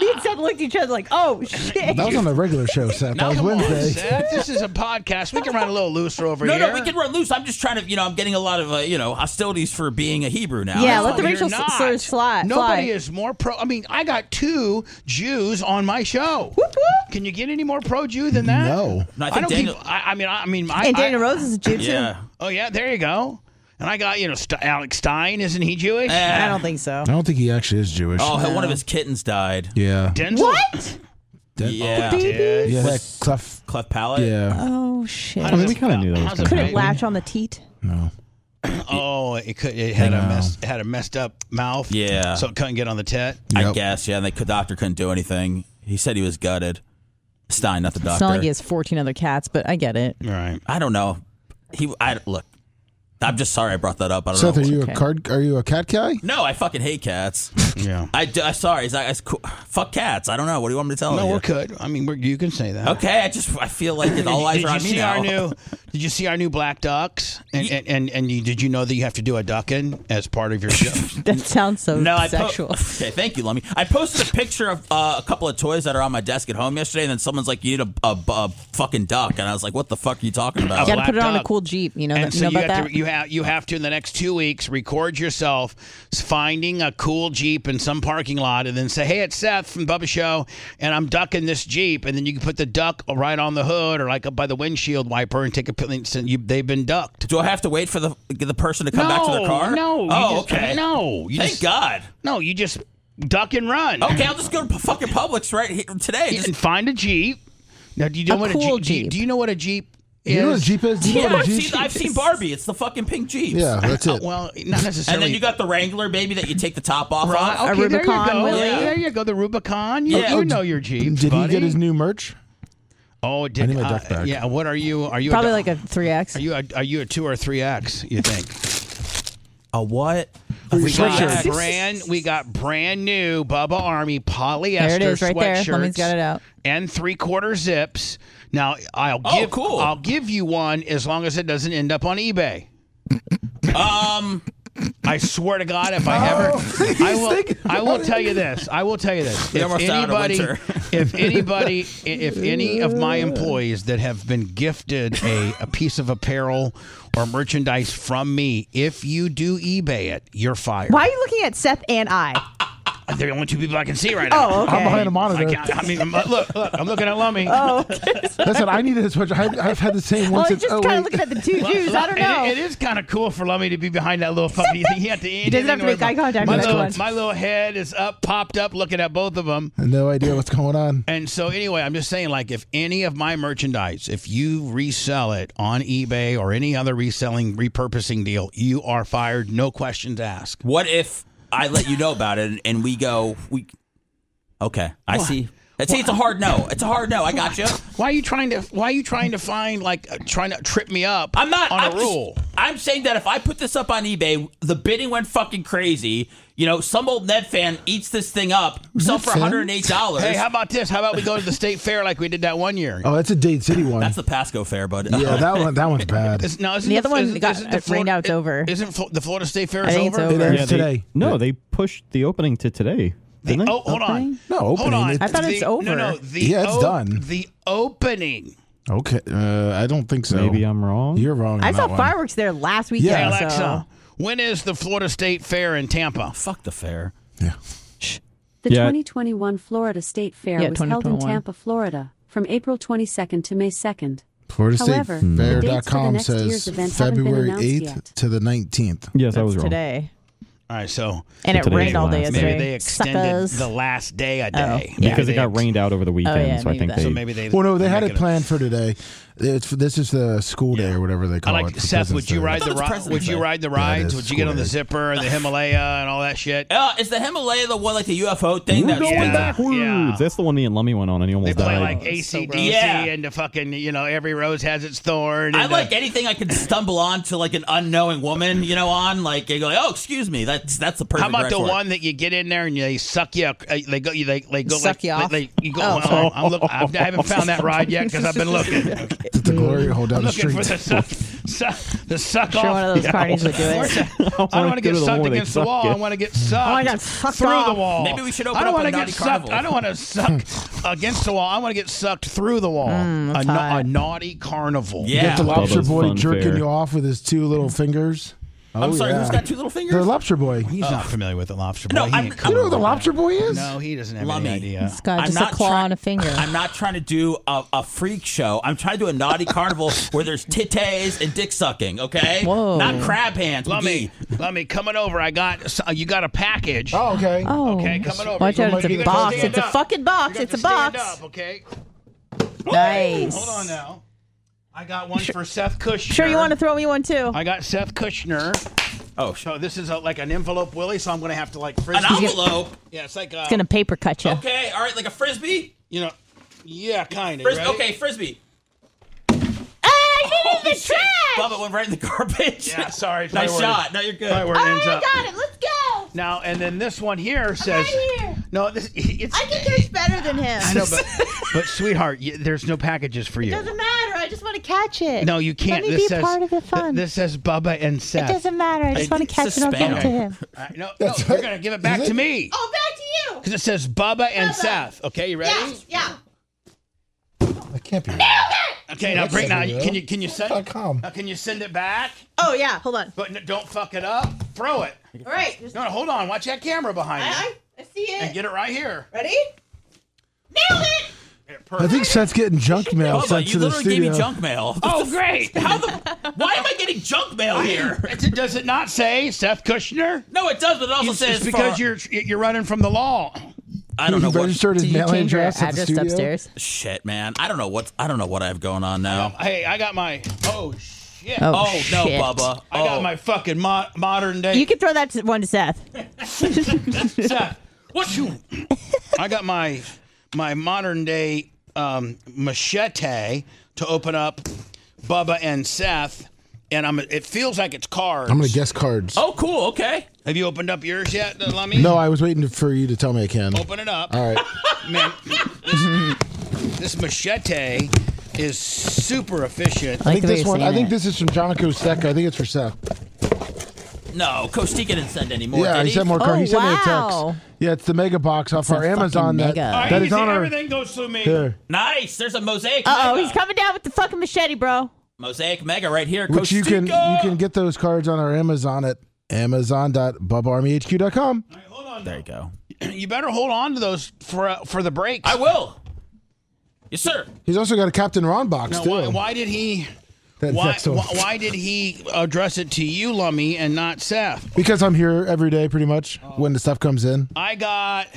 [SPEAKER 3] Me and Seth looked at each other like, oh shit.
[SPEAKER 4] That was on the regular show, Seth.
[SPEAKER 1] Now
[SPEAKER 4] that was
[SPEAKER 1] come on,
[SPEAKER 4] Wednesday.
[SPEAKER 1] Seth. This is a podcast. We can run a little looser over
[SPEAKER 2] No,
[SPEAKER 1] here.
[SPEAKER 2] no, we can run loose. I'm just trying to, you know, I'm getting a lot of, uh, you know, hostilities for being a Hebrew now.
[SPEAKER 3] Yeah,
[SPEAKER 2] That's
[SPEAKER 3] let the
[SPEAKER 2] all.
[SPEAKER 1] You're
[SPEAKER 3] racial
[SPEAKER 1] not.
[SPEAKER 3] slurs fly.
[SPEAKER 1] Nobody
[SPEAKER 3] fly.
[SPEAKER 1] is more pro. I mean, I got two Jews on my show. Can you get any more pro Jew than that?
[SPEAKER 4] No.
[SPEAKER 2] No, I
[SPEAKER 1] I,
[SPEAKER 2] think
[SPEAKER 1] don't.
[SPEAKER 2] Daniel-
[SPEAKER 1] keep, I, I mean, I, I mean, I,
[SPEAKER 3] And Daniel
[SPEAKER 1] I-
[SPEAKER 3] Rose is a Jew too.
[SPEAKER 2] Yeah.
[SPEAKER 1] Oh yeah, there you go. And I got you know St- Alex Stein. Isn't he Jewish?
[SPEAKER 2] Eh.
[SPEAKER 3] I don't think so.
[SPEAKER 4] I don't think he actually is Jewish.
[SPEAKER 2] Oh, one of his kittens died.
[SPEAKER 4] Yeah.
[SPEAKER 1] Denzel.
[SPEAKER 3] What?
[SPEAKER 4] That- oh,
[SPEAKER 2] Yeah.
[SPEAKER 1] Dude.
[SPEAKER 4] Yeah, that clef.
[SPEAKER 2] Cleft palate.
[SPEAKER 4] Yeah.
[SPEAKER 3] Oh shit.
[SPEAKER 1] How
[SPEAKER 6] I mean,
[SPEAKER 1] does
[SPEAKER 6] we
[SPEAKER 1] it-
[SPEAKER 6] kinda knew that
[SPEAKER 1] how
[SPEAKER 6] was
[SPEAKER 1] does it
[SPEAKER 3] Couldn't
[SPEAKER 6] coming.
[SPEAKER 1] make-
[SPEAKER 3] latch on the teat.
[SPEAKER 4] No.
[SPEAKER 1] Oh, it could. It had a mess, had a messed up mouth.
[SPEAKER 2] Yeah.
[SPEAKER 1] So it couldn't get on the tet.
[SPEAKER 2] I
[SPEAKER 4] Yep.
[SPEAKER 2] guess. Yeah, and the c- doctor couldn't do anything. He said he was gutted. Stein, not the
[SPEAKER 3] It's
[SPEAKER 2] doctor.
[SPEAKER 3] not like he has 14 other cats, but I get it.
[SPEAKER 1] Right.
[SPEAKER 2] I don't know. He, I look. I'm just sorry I brought that up. I don't
[SPEAKER 4] Seth,
[SPEAKER 2] know.
[SPEAKER 4] are you
[SPEAKER 3] okay.
[SPEAKER 4] a card? Are you a cat guy?
[SPEAKER 2] no, I fucking hate cats.
[SPEAKER 1] Yeah.
[SPEAKER 2] I do, I sorry. It's, not- it's cool. Fuck cats. I don't know. What do you want me to tell
[SPEAKER 1] No,
[SPEAKER 2] you?
[SPEAKER 1] we're good. I mean, we're, you can say that.
[SPEAKER 2] Oh, Okay, I just I feel like it, all
[SPEAKER 1] did,
[SPEAKER 2] eyes
[SPEAKER 1] did you
[SPEAKER 2] are on me
[SPEAKER 1] see
[SPEAKER 2] now.
[SPEAKER 1] our new? Did you see our new black ducks? And and, and, and you, did you know that you have to do a ducking as part of your show?
[SPEAKER 3] That sounds so
[SPEAKER 2] no, I po-
[SPEAKER 3] sexual.
[SPEAKER 2] okay, thank you, Lummy. I posted a picture of uh, a couple of toys that are on my desk at home yesterday, and then someone's like, "You need a, a, a fucking duck," and I was like, "What the fuck are you talking about?"
[SPEAKER 1] Yeah,
[SPEAKER 3] Gotta put it on a
[SPEAKER 1] Laptop.
[SPEAKER 3] cool Jeep. You know,
[SPEAKER 1] and so
[SPEAKER 3] that, you know
[SPEAKER 1] you
[SPEAKER 3] about
[SPEAKER 1] have
[SPEAKER 3] that?
[SPEAKER 1] to you have you have to in the next two weeks record yourself finding a cool Jeep in some parking lot, and then say, "Hey, it's Seth from Bubba Show, and I'm ducking this Jeep," and then you can put the duck right on the hood or like up by the windshield wiper and take a pic- and send you, they've been ducked.
[SPEAKER 2] Do I have to wait for the the person to come
[SPEAKER 1] no,
[SPEAKER 2] back to their car?
[SPEAKER 1] No. you
[SPEAKER 2] Oh,
[SPEAKER 1] just-
[SPEAKER 2] okay.
[SPEAKER 1] No. You
[SPEAKER 2] Thank Oh.
[SPEAKER 1] just,
[SPEAKER 2] God.
[SPEAKER 1] No, you just duck and run.
[SPEAKER 2] Okay, I'll just go to p- fucking Publix right here today. Just,
[SPEAKER 1] and find a Jeep. Now, do you know
[SPEAKER 3] A
[SPEAKER 1] what
[SPEAKER 3] cool
[SPEAKER 1] a Jeep, do you- Do,
[SPEAKER 3] Jeep.
[SPEAKER 1] you know what a Jeep is?
[SPEAKER 4] You know what a Jeep is? You know
[SPEAKER 2] yeah,
[SPEAKER 4] what a
[SPEAKER 2] I've
[SPEAKER 4] Jeep-
[SPEAKER 2] seen, I've seen Barbie. It's the fucking pink Jeep.
[SPEAKER 4] Yeah, that's
[SPEAKER 1] Uh,
[SPEAKER 4] it.
[SPEAKER 1] well, not
[SPEAKER 2] And
[SPEAKER 1] necessarily.
[SPEAKER 2] then you got the Wrangler, baby, that you take the top off
[SPEAKER 1] Right,
[SPEAKER 2] of.
[SPEAKER 1] okay, there you
[SPEAKER 3] Rubicon,
[SPEAKER 1] go.
[SPEAKER 3] Willie.
[SPEAKER 1] Yeah, There you go. The Rubicon. You,
[SPEAKER 2] Yeah.
[SPEAKER 1] you
[SPEAKER 2] Oh,
[SPEAKER 1] know your Jeep.
[SPEAKER 4] Did he
[SPEAKER 1] buddy.
[SPEAKER 4] get his new merch?
[SPEAKER 1] Oh, it did
[SPEAKER 4] I need my duck back.
[SPEAKER 1] Yeah. What are you? Are you
[SPEAKER 3] Probably
[SPEAKER 1] a,
[SPEAKER 3] like a
[SPEAKER 1] Are
[SPEAKER 3] 3X.
[SPEAKER 1] you a, are you a two or three X? You think?
[SPEAKER 2] A what? A
[SPEAKER 1] We got
[SPEAKER 2] flag.
[SPEAKER 1] brand we got brand new Bubba Army polyester
[SPEAKER 3] There it is, right there.
[SPEAKER 1] sweatshirts
[SPEAKER 3] Mummy's got it out.
[SPEAKER 1] and three quarter zips. Now I'll
[SPEAKER 2] Oh,
[SPEAKER 1] give
[SPEAKER 2] cool.
[SPEAKER 1] I'll give you one as long as it doesn't end up on eBay.
[SPEAKER 2] Um, Oh,
[SPEAKER 1] I swear to God, if I ever, I will, I will tell you this. I will tell you this.
[SPEAKER 2] We
[SPEAKER 1] If
[SPEAKER 2] almost out of
[SPEAKER 1] anybody,
[SPEAKER 2] winter.
[SPEAKER 1] if anybody, i- if any of my employees that have been gifted a, a piece of apparel or merchandise from me, if you do eBay it, you're fired.
[SPEAKER 3] Why are you looking at Seth and I?
[SPEAKER 1] They're the only two people I can see right now.
[SPEAKER 3] Oh, okay. Oh,
[SPEAKER 4] I'm behind
[SPEAKER 1] I,
[SPEAKER 4] a monitor.
[SPEAKER 1] can't, I mean, I'm- look, look, I'm looking at Lummy.
[SPEAKER 4] Listen, I needed this sweatshirt. I, I've had the same one
[SPEAKER 3] Well, I'm
[SPEAKER 4] since.
[SPEAKER 3] just
[SPEAKER 4] oh,
[SPEAKER 3] kind
[SPEAKER 4] wait.
[SPEAKER 3] of looking at the two Jews. I don't know.
[SPEAKER 1] It, it is kind of cool for Lummy to be behind that little puppy. You think he had to? He
[SPEAKER 3] doesn't have to make eye contact
[SPEAKER 1] My
[SPEAKER 3] with
[SPEAKER 1] little,
[SPEAKER 3] anyone.
[SPEAKER 1] my little head is up, popped up, looking at both of them.
[SPEAKER 4] no idea what's going on.
[SPEAKER 1] And so, anyway, I'm just saying, like, if any of my merchandise, if you resell it on eBay or any other reselling, repurposing deal, you are fired. No questions asked.
[SPEAKER 2] what if I let you know about it and we go? We okay. I see. See, it's a hard no. It's a hard no. I got you.
[SPEAKER 1] Why are you trying to? Why are you trying to find like uh, trying to trip me up?
[SPEAKER 2] I'm not
[SPEAKER 1] on
[SPEAKER 2] I'm
[SPEAKER 1] a
[SPEAKER 2] just-
[SPEAKER 1] rule.
[SPEAKER 2] I'm saying that if I put this up on eBay, the bidding went fucking crazy. You know, some old Ned fan eats this thing up, sells for
[SPEAKER 4] fan?
[SPEAKER 2] 108 dollars.
[SPEAKER 1] hey, how about this? How about we go to the state fair like we did that one year?
[SPEAKER 4] Oh, that's a Dade City one.
[SPEAKER 2] That's the Pasco fair, bud.
[SPEAKER 4] yeah, that one. That one's bad.
[SPEAKER 1] Is- now, isn't
[SPEAKER 3] The other one
[SPEAKER 1] isn't-
[SPEAKER 3] got-
[SPEAKER 1] isn't
[SPEAKER 3] it rained out, it's over.
[SPEAKER 1] Isn't Flo- the Florida State Fair
[SPEAKER 3] I
[SPEAKER 1] is
[SPEAKER 3] think it's
[SPEAKER 1] over?
[SPEAKER 3] over.
[SPEAKER 4] It ends
[SPEAKER 3] Yeah,
[SPEAKER 6] they-
[SPEAKER 4] today.
[SPEAKER 6] No, they pushed the opening to today.
[SPEAKER 1] The-
[SPEAKER 6] didn't they?
[SPEAKER 1] oh, hold on.
[SPEAKER 4] No,
[SPEAKER 1] Hold
[SPEAKER 4] opening.
[SPEAKER 1] on.
[SPEAKER 4] It- I
[SPEAKER 3] thought
[SPEAKER 1] The-
[SPEAKER 3] it's
[SPEAKER 1] No,
[SPEAKER 3] over.
[SPEAKER 1] no. The
[SPEAKER 4] Yeah, it's done.
[SPEAKER 1] The opening.
[SPEAKER 4] Okay, uh, I don't think so.
[SPEAKER 6] Maybe I'm wrong.
[SPEAKER 4] You're wrong.
[SPEAKER 3] I
[SPEAKER 4] on
[SPEAKER 3] saw
[SPEAKER 4] that one.
[SPEAKER 3] fireworks there last weekend.
[SPEAKER 4] Yeah.
[SPEAKER 3] so-
[SPEAKER 1] Alexa, when is the Florida State Fair in Tampa?
[SPEAKER 2] Fuck the fair.
[SPEAKER 4] Yeah.
[SPEAKER 7] The
[SPEAKER 6] Yeah.
[SPEAKER 7] 2021 Florida State Fair
[SPEAKER 3] Yeah,
[SPEAKER 7] was held in
[SPEAKER 3] 2021.
[SPEAKER 7] Tampa, Florida, from April 22nd to May 2nd.
[SPEAKER 4] Florida State
[SPEAKER 7] However, the dates for the
[SPEAKER 4] Fair.com
[SPEAKER 7] next year's
[SPEAKER 4] says
[SPEAKER 7] event haven't been
[SPEAKER 4] February
[SPEAKER 7] announced
[SPEAKER 4] 8th
[SPEAKER 7] yet.
[SPEAKER 4] to the 19th.
[SPEAKER 6] yes, I
[SPEAKER 3] That's
[SPEAKER 6] was wrong.
[SPEAKER 3] today.
[SPEAKER 1] All right, so
[SPEAKER 3] And it
[SPEAKER 6] Today's
[SPEAKER 3] rained all day
[SPEAKER 6] last.
[SPEAKER 3] yesterday.
[SPEAKER 1] Maybe they extended
[SPEAKER 3] Suckers.
[SPEAKER 1] the last day a day
[SPEAKER 3] yeah.
[SPEAKER 6] Because it
[SPEAKER 1] Maybe
[SPEAKER 6] got
[SPEAKER 1] they-
[SPEAKER 6] rained out over the weekend,
[SPEAKER 3] yeah,
[SPEAKER 6] so I
[SPEAKER 3] maybe
[SPEAKER 6] think
[SPEAKER 3] that.
[SPEAKER 6] they.
[SPEAKER 1] So maybe they.
[SPEAKER 4] Well, no, they had
[SPEAKER 1] make
[SPEAKER 4] it planned for today. It's this is the school day or whatever they
[SPEAKER 1] I
[SPEAKER 4] call
[SPEAKER 1] like
[SPEAKER 4] it. for
[SPEAKER 1] Seth.
[SPEAKER 4] President's
[SPEAKER 1] Would you
[SPEAKER 4] Day.
[SPEAKER 1] ride
[SPEAKER 2] I thought
[SPEAKER 1] the
[SPEAKER 2] it was
[SPEAKER 1] ri-
[SPEAKER 2] President's
[SPEAKER 1] Would you
[SPEAKER 2] Day.
[SPEAKER 1] ride the
[SPEAKER 4] it
[SPEAKER 1] rides?
[SPEAKER 4] is
[SPEAKER 1] would you get on the
[SPEAKER 4] School Day.
[SPEAKER 1] zipper and the Himalaya and all that shit?
[SPEAKER 2] Uh, is the Himalaya the one like the UFO thing?
[SPEAKER 6] We're
[SPEAKER 2] That's
[SPEAKER 6] going
[SPEAKER 1] Yeah.
[SPEAKER 6] backwards.
[SPEAKER 1] Yeah.
[SPEAKER 6] That's the one me and Lummy went on, and he
[SPEAKER 1] They
[SPEAKER 6] almost
[SPEAKER 1] play
[SPEAKER 6] died.
[SPEAKER 1] like
[SPEAKER 3] so
[SPEAKER 1] ACDC
[SPEAKER 3] gross.
[SPEAKER 2] Yeah.
[SPEAKER 1] and the fucking you know every rose has its thorn.
[SPEAKER 2] I
[SPEAKER 1] and,
[SPEAKER 2] like
[SPEAKER 1] uh,
[SPEAKER 2] anything I can stumble on to like an unknowing woman, you know, on like you go, oh, excuse me, that's that's the perfect.
[SPEAKER 1] How about
[SPEAKER 2] ride
[SPEAKER 1] the
[SPEAKER 2] for it.
[SPEAKER 1] one that you get in there and they suck you? uh, They go. They, they go
[SPEAKER 3] Suck
[SPEAKER 1] like,
[SPEAKER 3] you off?
[SPEAKER 1] They, you go,
[SPEAKER 3] Oh,
[SPEAKER 1] well,
[SPEAKER 3] sorry.
[SPEAKER 1] I'm look, I've, I haven't found that ride yet because I've been looking.
[SPEAKER 4] The glory hole down the
[SPEAKER 1] looking
[SPEAKER 4] street.
[SPEAKER 1] for the suck, suck, the suck
[SPEAKER 3] Sure,
[SPEAKER 1] off.
[SPEAKER 3] one of those
[SPEAKER 1] Yeah.
[SPEAKER 3] carnies would do it.
[SPEAKER 1] I don't
[SPEAKER 6] wanna
[SPEAKER 1] want to
[SPEAKER 6] go
[SPEAKER 1] get
[SPEAKER 6] to the
[SPEAKER 1] sucked
[SPEAKER 6] one where they
[SPEAKER 1] against the
[SPEAKER 6] suck
[SPEAKER 1] wall. I
[SPEAKER 6] you.
[SPEAKER 1] want to get sucked.
[SPEAKER 3] wanna get sucked
[SPEAKER 1] through the
[SPEAKER 3] off.
[SPEAKER 1] wall.
[SPEAKER 2] Maybe we should open
[SPEAKER 1] I don't
[SPEAKER 2] up
[SPEAKER 1] wanna
[SPEAKER 2] a
[SPEAKER 1] get
[SPEAKER 2] naughty
[SPEAKER 1] sucked.
[SPEAKER 2] carnival.
[SPEAKER 1] I don't want to suck against the wall. I want to get sucked through the wall. a, na-
[SPEAKER 3] hot.
[SPEAKER 1] a naughty carnival.
[SPEAKER 2] Yeah.
[SPEAKER 4] Get the lobster
[SPEAKER 6] Bubba's
[SPEAKER 4] boy
[SPEAKER 6] Fun
[SPEAKER 4] jerking
[SPEAKER 6] Fair.
[SPEAKER 4] you off with his two little fingers.
[SPEAKER 2] I'm
[SPEAKER 4] Oh,
[SPEAKER 2] sorry,
[SPEAKER 4] yeah.
[SPEAKER 2] who's got two little fingers?
[SPEAKER 4] The lobster boy. You
[SPEAKER 1] He's not familiar with the lobster boy.
[SPEAKER 2] No,
[SPEAKER 1] He
[SPEAKER 2] I'm-
[SPEAKER 1] ain't
[SPEAKER 2] I'm-
[SPEAKER 4] know who the
[SPEAKER 1] cool.
[SPEAKER 4] lobster boy is?
[SPEAKER 1] No, he doesn't have
[SPEAKER 2] Lummy.
[SPEAKER 1] any idea.
[SPEAKER 3] God,
[SPEAKER 2] I'm
[SPEAKER 3] just
[SPEAKER 2] not
[SPEAKER 3] a claw
[SPEAKER 2] try-
[SPEAKER 3] and a finger.
[SPEAKER 2] I'm not trying to do a, a freak show. I'm trying to do a naughty carnival where there's titties and dick sucking. Okay,
[SPEAKER 3] Whoa.
[SPEAKER 2] not crab hands.
[SPEAKER 1] Lummy, Lummy, coming over. I got so- you got a package.
[SPEAKER 4] Oh, okay.
[SPEAKER 3] oh,
[SPEAKER 1] Okay, coming over.
[SPEAKER 3] Watch
[SPEAKER 1] You
[SPEAKER 3] out!
[SPEAKER 1] got
[SPEAKER 3] It's
[SPEAKER 1] to
[SPEAKER 3] a box.
[SPEAKER 1] stand
[SPEAKER 3] It's a
[SPEAKER 1] up.
[SPEAKER 3] fucking box.
[SPEAKER 1] You got
[SPEAKER 3] It's
[SPEAKER 1] to
[SPEAKER 3] a
[SPEAKER 1] stand
[SPEAKER 3] box.
[SPEAKER 1] up, okay.
[SPEAKER 3] Nice.
[SPEAKER 1] Hold on now. I got one for Seth Kushner.
[SPEAKER 3] Sure, you want to throw me one too?
[SPEAKER 1] I got Seth Kushner.
[SPEAKER 2] Oh, sh-
[SPEAKER 1] So this is a, like an envelope, Willie. So I'm gonna have to like
[SPEAKER 2] an
[SPEAKER 1] frisbee.
[SPEAKER 2] envelope.
[SPEAKER 1] yeah, it's like uh,
[SPEAKER 3] It's gonna paper cut you.
[SPEAKER 2] Okay, all right, like a frisbee.
[SPEAKER 1] you know, yeah, kind of.
[SPEAKER 2] Fris- okay, frisbee.
[SPEAKER 3] Ah,
[SPEAKER 2] Holy shit! Bubba went right in the garbage.
[SPEAKER 1] Yeah, sorry.
[SPEAKER 2] nice
[SPEAKER 1] Probably where-
[SPEAKER 2] shot. No, you're good.
[SPEAKER 1] probably
[SPEAKER 3] Oh
[SPEAKER 1] where it ends up.
[SPEAKER 3] it. Let's go.
[SPEAKER 1] Now and then this one here says
[SPEAKER 3] here.
[SPEAKER 1] no. This it's
[SPEAKER 3] there's better than him.
[SPEAKER 1] I know, but but sweetheart, you, there's no packages for you.
[SPEAKER 3] matter. I just want to catch it.
[SPEAKER 1] no, you can't.
[SPEAKER 3] Let me
[SPEAKER 1] this
[SPEAKER 3] be
[SPEAKER 1] says
[SPEAKER 3] part of the fun.
[SPEAKER 1] this says Bubba and Seth.
[SPEAKER 3] it doesn't matter. I just want to
[SPEAKER 2] it's a
[SPEAKER 3] catch it. I'll give it to
[SPEAKER 2] spanner.
[SPEAKER 3] him.
[SPEAKER 1] Uh, no, no, you're gonna give it back to me
[SPEAKER 3] Oh, back to
[SPEAKER 1] because it says Bubba and Seth. Okay, you ready?
[SPEAKER 3] Yeah.
[SPEAKER 4] That can't be.
[SPEAKER 1] Okay, now bring now.
[SPEAKER 4] That's
[SPEAKER 1] Can you can you send?
[SPEAKER 4] Dot com.
[SPEAKER 1] Now can you send it back?
[SPEAKER 3] Oh yeah. Hold on.
[SPEAKER 1] But n- don't fuck it up. Throw it.
[SPEAKER 3] All right.
[SPEAKER 1] No, no, hold on. Watch that camera behind you.
[SPEAKER 3] see
[SPEAKER 1] And get it right here.
[SPEAKER 3] Ready? Nailed it.
[SPEAKER 4] I think Seth's getting junk mail
[SPEAKER 2] Bubba,
[SPEAKER 4] sent
[SPEAKER 2] you
[SPEAKER 4] to the
[SPEAKER 2] literally
[SPEAKER 4] studio.
[SPEAKER 2] gave me junk mail.
[SPEAKER 1] Oh, great.
[SPEAKER 2] How the? Why am I getting junk mail here?
[SPEAKER 1] Does it not say Seth Kushner?
[SPEAKER 2] No, it does, but it also
[SPEAKER 1] It's,
[SPEAKER 2] says
[SPEAKER 1] it's because
[SPEAKER 2] for-
[SPEAKER 1] you're you're running from the law.
[SPEAKER 2] I don't know
[SPEAKER 4] He
[SPEAKER 2] what
[SPEAKER 4] registered his
[SPEAKER 3] Did you
[SPEAKER 4] mailing
[SPEAKER 3] change your
[SPEAKER 4] address, at the
[SPEAKER 3] address
[SPEAKER 4] studio.
[SPEAKER 3] upstairs?
[SPEAKER 2] shit, man. I don't know what's. I don't know what I have going on now.
[SPEAKER 1] Hey, I got my oh shit.
[SPEAKER 3] Oh,
[SPEAKER 2] Oh no,
[SPEAKER 3] shit.
[SPEAKER 2] Bubba.
[SPEAKER 1] I got
[SPEAKER 2] Oh.
[SPEAKER 1] my fucking mo- modern day.
[SPEAKER 3] You can throw that to- one to Seth.
[SPEAKER 1] Seth, what you? I got my my modern day um, machete to open up Bubba and Seth. and I'm. It feels like it's cards.
[SPEAKER 4] I'm gonna guess cards.
[SPEAKER 2] Oh, cool. Okay.
[SPEAKER 1] Have you opened up yours yet, Lummy?
[SPEAKER 4] No, Uh. I was waiting for you to tell me I can.
[SPEAKER 1] Open it up.
[SPEAKER 4] All right.
[SPEAKER 1] Man, this, this machete is super efficient.
[SPEAKER 3] I like
[SPEAKER 4] I think
[SPEAKER 3] the way
[SPEAKER 4] this
[SPEAKER 3] you're
[SPEAKER 4] one.
[SPEAKER 3] saying
[SPEAKER 4] I think
[SPEAKER 3] it.
[SPEAKER 4] this is from John Kostek. I think it's for Seth.
[SPEAKER 2] No, Costiga didn't send any more.
[SPEAKER 4] yeah,
[SPEAKER 2] did
[SPEAKER 4] he sent more
[SPEAKER 3] Oh,
[SPEAKER 4] cards. he sent me a
[SPEAKER 3] wow.
[SPEAKER 4] text. Yeah, it's the mega box off
[SPEAKER 3] a
[SPEAKER 4] our
[SPEAKER 3] fucking
[SPEAKER 4] Amazon. That,
[SPEAKER 3] mega. All right,
[SPEAKER 4] that
[SPEAKER 1] you
[SPEAKER 4] is
[SPEAKER 1] see,
[SPEAKER 4] on our.
[SPEAKER 1] everything goes through me.
[SPEAKER 4] Here,
[SPEAKER 2] Nice. There's a mosaic.
[SPEAKER 3] Uh oh,
[SPEAKER 2] mega.
[SPEAKER 3] he's coming down with the fucking machete, bro.
[SPEAKER 2] Mosaic Mega right here.
[SPEAKER 4] which you can
[SPEAKER 2] Costiga!
[SPEAKER 4] you can get those cards on our Amazon at amazon.bubarmyhq.com.
[SPEAKER 2] There you go.
[SPEAKER 1] You better hold on to those for uh, for the breaks.
[SPEAKER 2] I will. Yes, sir.
[SPEAKER 4] He's also got a Captain Ron box
[SPEAKER 1] Now,
[SPEAKER 4] too.
[SPEAKER 1] why, why did he?
[SPEAKER 4] That-
[SPEAKER 1] Why,
[SPEAKER 4] that's so-
[SPEAKER 1] why, why did he address it to you, Lummy, and not Seth?
[SPEAKER 4] Because I'm here every day, pretty much when the stuff comes in.
[SPEAKER 1] I got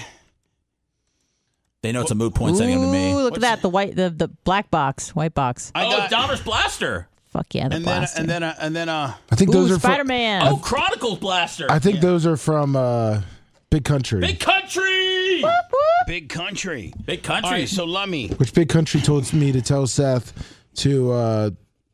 [SPEAKER 2] They know it's a moot point sending them to me.
[SPEAKER 3] Ooh, look at that. The white, the, the black box, white box.
[SPEAKER 1] I
[SPEAKER 2] oh,
[SPEAKER 1] got-
[SPEAKER 2] Dahmer's Blaster.
[SPEAKER 3] Fuck yeah, the
[SPEAKER 1] and then
[SPEAKER 3] blaster.
[SPEAKER 1] and then uh, and then uh
[SPEAKER 4] I think those
[SPEAKER 3] Ooh,
[SPEAKER 4] are
[SPEAKER 3] Spider
[SPEAKER 4] from.
[SPEAKER 3] Man.
[SPEAKER 2] oh, Chronicles Blaster.
[SPEAKER 4] I think those are from uh, Big Country,
[SPEAKER 2] Big Country.
[SPEAKER 1] big country.
[SPEAKER 2] Big
[SPEAKER 1] All
[SPEAKER 2] Country.
[SPEAKER 1] right, so Lummy,
[SPEAKER 4] which Big Country told me to tell Seth to uh,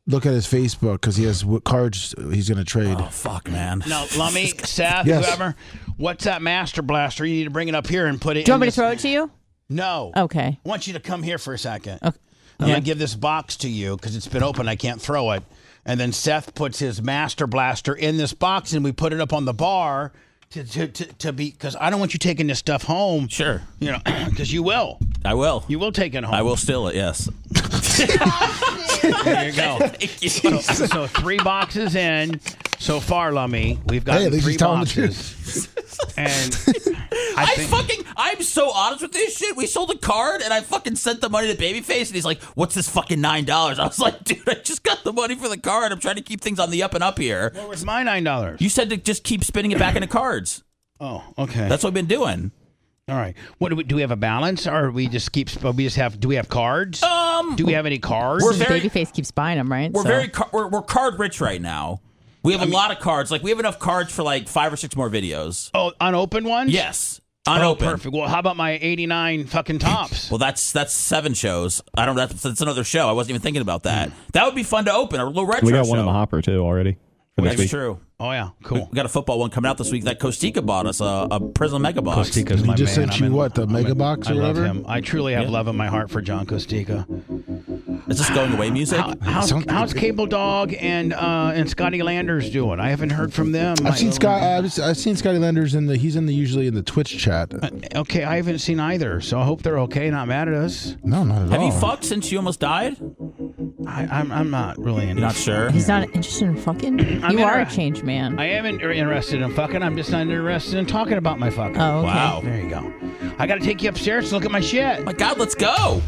[SPEAKER 4] look at his Facebook because he has what cards he's going to trade.
[SPEAKER 2] oh, fuck, man.
[SPEAKER 1] now Lummy, Seth,
[SPEAKER 4] Yes.
[SPEAKER 1] whoever, what's that master blaster? You need to bring it up here and put it.
[SPEAKER 3] Do you
[SPEAKER 1] in
[SPEAKER 3] want me to
[SPEAKER 1] this-
[SPEAKER 3] throw it to you?
[SPEAKER 1] No.
[SPEAKER 3] Okay.
[SPEAKER 1] I want you to come here for a second.
[SPEAKER 3] Okay.
[SPEAKER 1] I'm gonna give this box to you because it's been open. I can't throw it. And then Seth puts his master blaster in this box, and we put it up on the bar to to to, to be because I don't want you taking this stuff home.
[SPEAKER 2] Sure.
[SPEAKER 1] You know, because you will.
[SPEAKER 2] I will.
[SPEAKER 1] You will take it home.
[SPEAKER 2] I will steal it, yes.
[SPEAKER 1] There you go. so, so three boxes in so far, Lummy. We've got
[SPEAKER 4] Hey, at least
[SPEAKER 1] three
[SPEAKER 4] he's telling the
[SPEAKER 1] boxes. and I
[SPEAKER 2] I
[SPEAKER 1] think
[SPEAKER 2] fucking, I'm so honest with this shit. We sold a card and I fucking sent the money to Babyface and he's like, what's this fucking $9? I was like, dude, I just got the money for the card. I'm trying to keep things on the up and up here.
[SPEAKER 1] what was my nine dollars?
[SPEAKER 2] You said to just keep spinning it back into cards.
[SPEAKER 1] Oh, okay.
[SPEAKER 2] That's what I've been doing.
[SPEAKER 1] All right. What do we do? We have a balance, or we just keep? We just have? Do we have cards?
[SPEAKER 2] Um,
[SPEAKER 1] do we have any cards?
[SPEAKER 2] we're
[SPEAKER 3] Because
[SPEAKER 2] very-
[SPEAKER 3] Babyface keeps buying them, right?
[SPEAKER 2] We're
[SPEAKER 3] So-
[SPEAKER 2] very, car- we're, we're card rich right now. We have a lot of cards. Like, we have enough cards for like five or six more videos.
[SPEAKER 1] oh, unopened ones.
[SPEAKER 2] Yes.
[SPEAKER 1] Oh,
[SPEAKER 2] Unopened.
[SPEAKER 1] perfect. Well, how about my eighty-nine fucking tops?
[SPEAKER 2] Well, that's that's seven shows. I don't. That's, that's another show. I wasn't even thinking about that.
[SPEAKER 1] Hmm.
[SPEAKER 2] That would be fun to open a little retro.
[SPEAKER 6] We got one
[SPEAKER 2] show.
[SPEAKER 6] in the hopper too already. For this
[SPEAKER 2] That's
[SPEAKER 6] week.
[SPEAKER 2] true.
[SPEAKER 1] oh yeah, cool.
[SPEAKER 2] We got a football one coming out this week that Costica bought us a, a Prism Mega Box.
[SPEAKER 1] Costica's
[SPEAKER 4] He
[SPEAKER 1] my
[SPEAKER 4] just
[SPEAKER 1] man.
[SPEAKER 4] sent
[SPEAKER 1] I'm
[SPEAKER 4] you
[SPEAKER 1] in-
[SPEAKER 4] what, the
[SPEAKER 1] I'm
[SPEAKER 4] mega
[SPEAKER 1] in-
[SPEAKER 4] box or
[SPEAKER 1] I love
[SPEAKER 4] whatever?
[SPEAKER 1] him. I truly have love in my heart for John Costica.
[SPEAKER 2] Is this going away music?
[SPEAKER 1] How, how's,
[SPEAKER 4] Sounds-
[SPEAKER 1] how's Cable Dog and uh, and Scotty Landers doing? I haven't heard from them.
[SPEAKER 4] I've seen
[SPEAKER 1] I-
[SPEAKER 4] Scott. I've, s- I've seen Scotty Landers in the. He's in the usually in the Twitch chat.
[SPEAKER 2] Uh,
[SPEAKER 1] Okay, I haven't seen either, so I hope they're okay. Not mad at us.
[SPEAKER 4] No, not at
[SPEAKER 2] Have
[SPEAKER 4] all.
[SPEAKER 2] you fucked since you almost died? You're
[SPEAKER 1] I, I'm I'm not really into.
[SPEAKER 2] not sure.
[SPEAKER 3] He's not interested in fucking. you are a
[SPEAKER 1] inter-
[SPEAKER 3] change man.
[SPEAKER 1] I am in- er, interested in fucking. I'm just not interested in talking about my fucking.
[SPEAKER 3] oh, okay.
[SPEAKER 2] Wow.
[SPEAKER 1] There you go. I got to take you upstairs to look at my shit.
[SPEAKER 2] My God, let's go.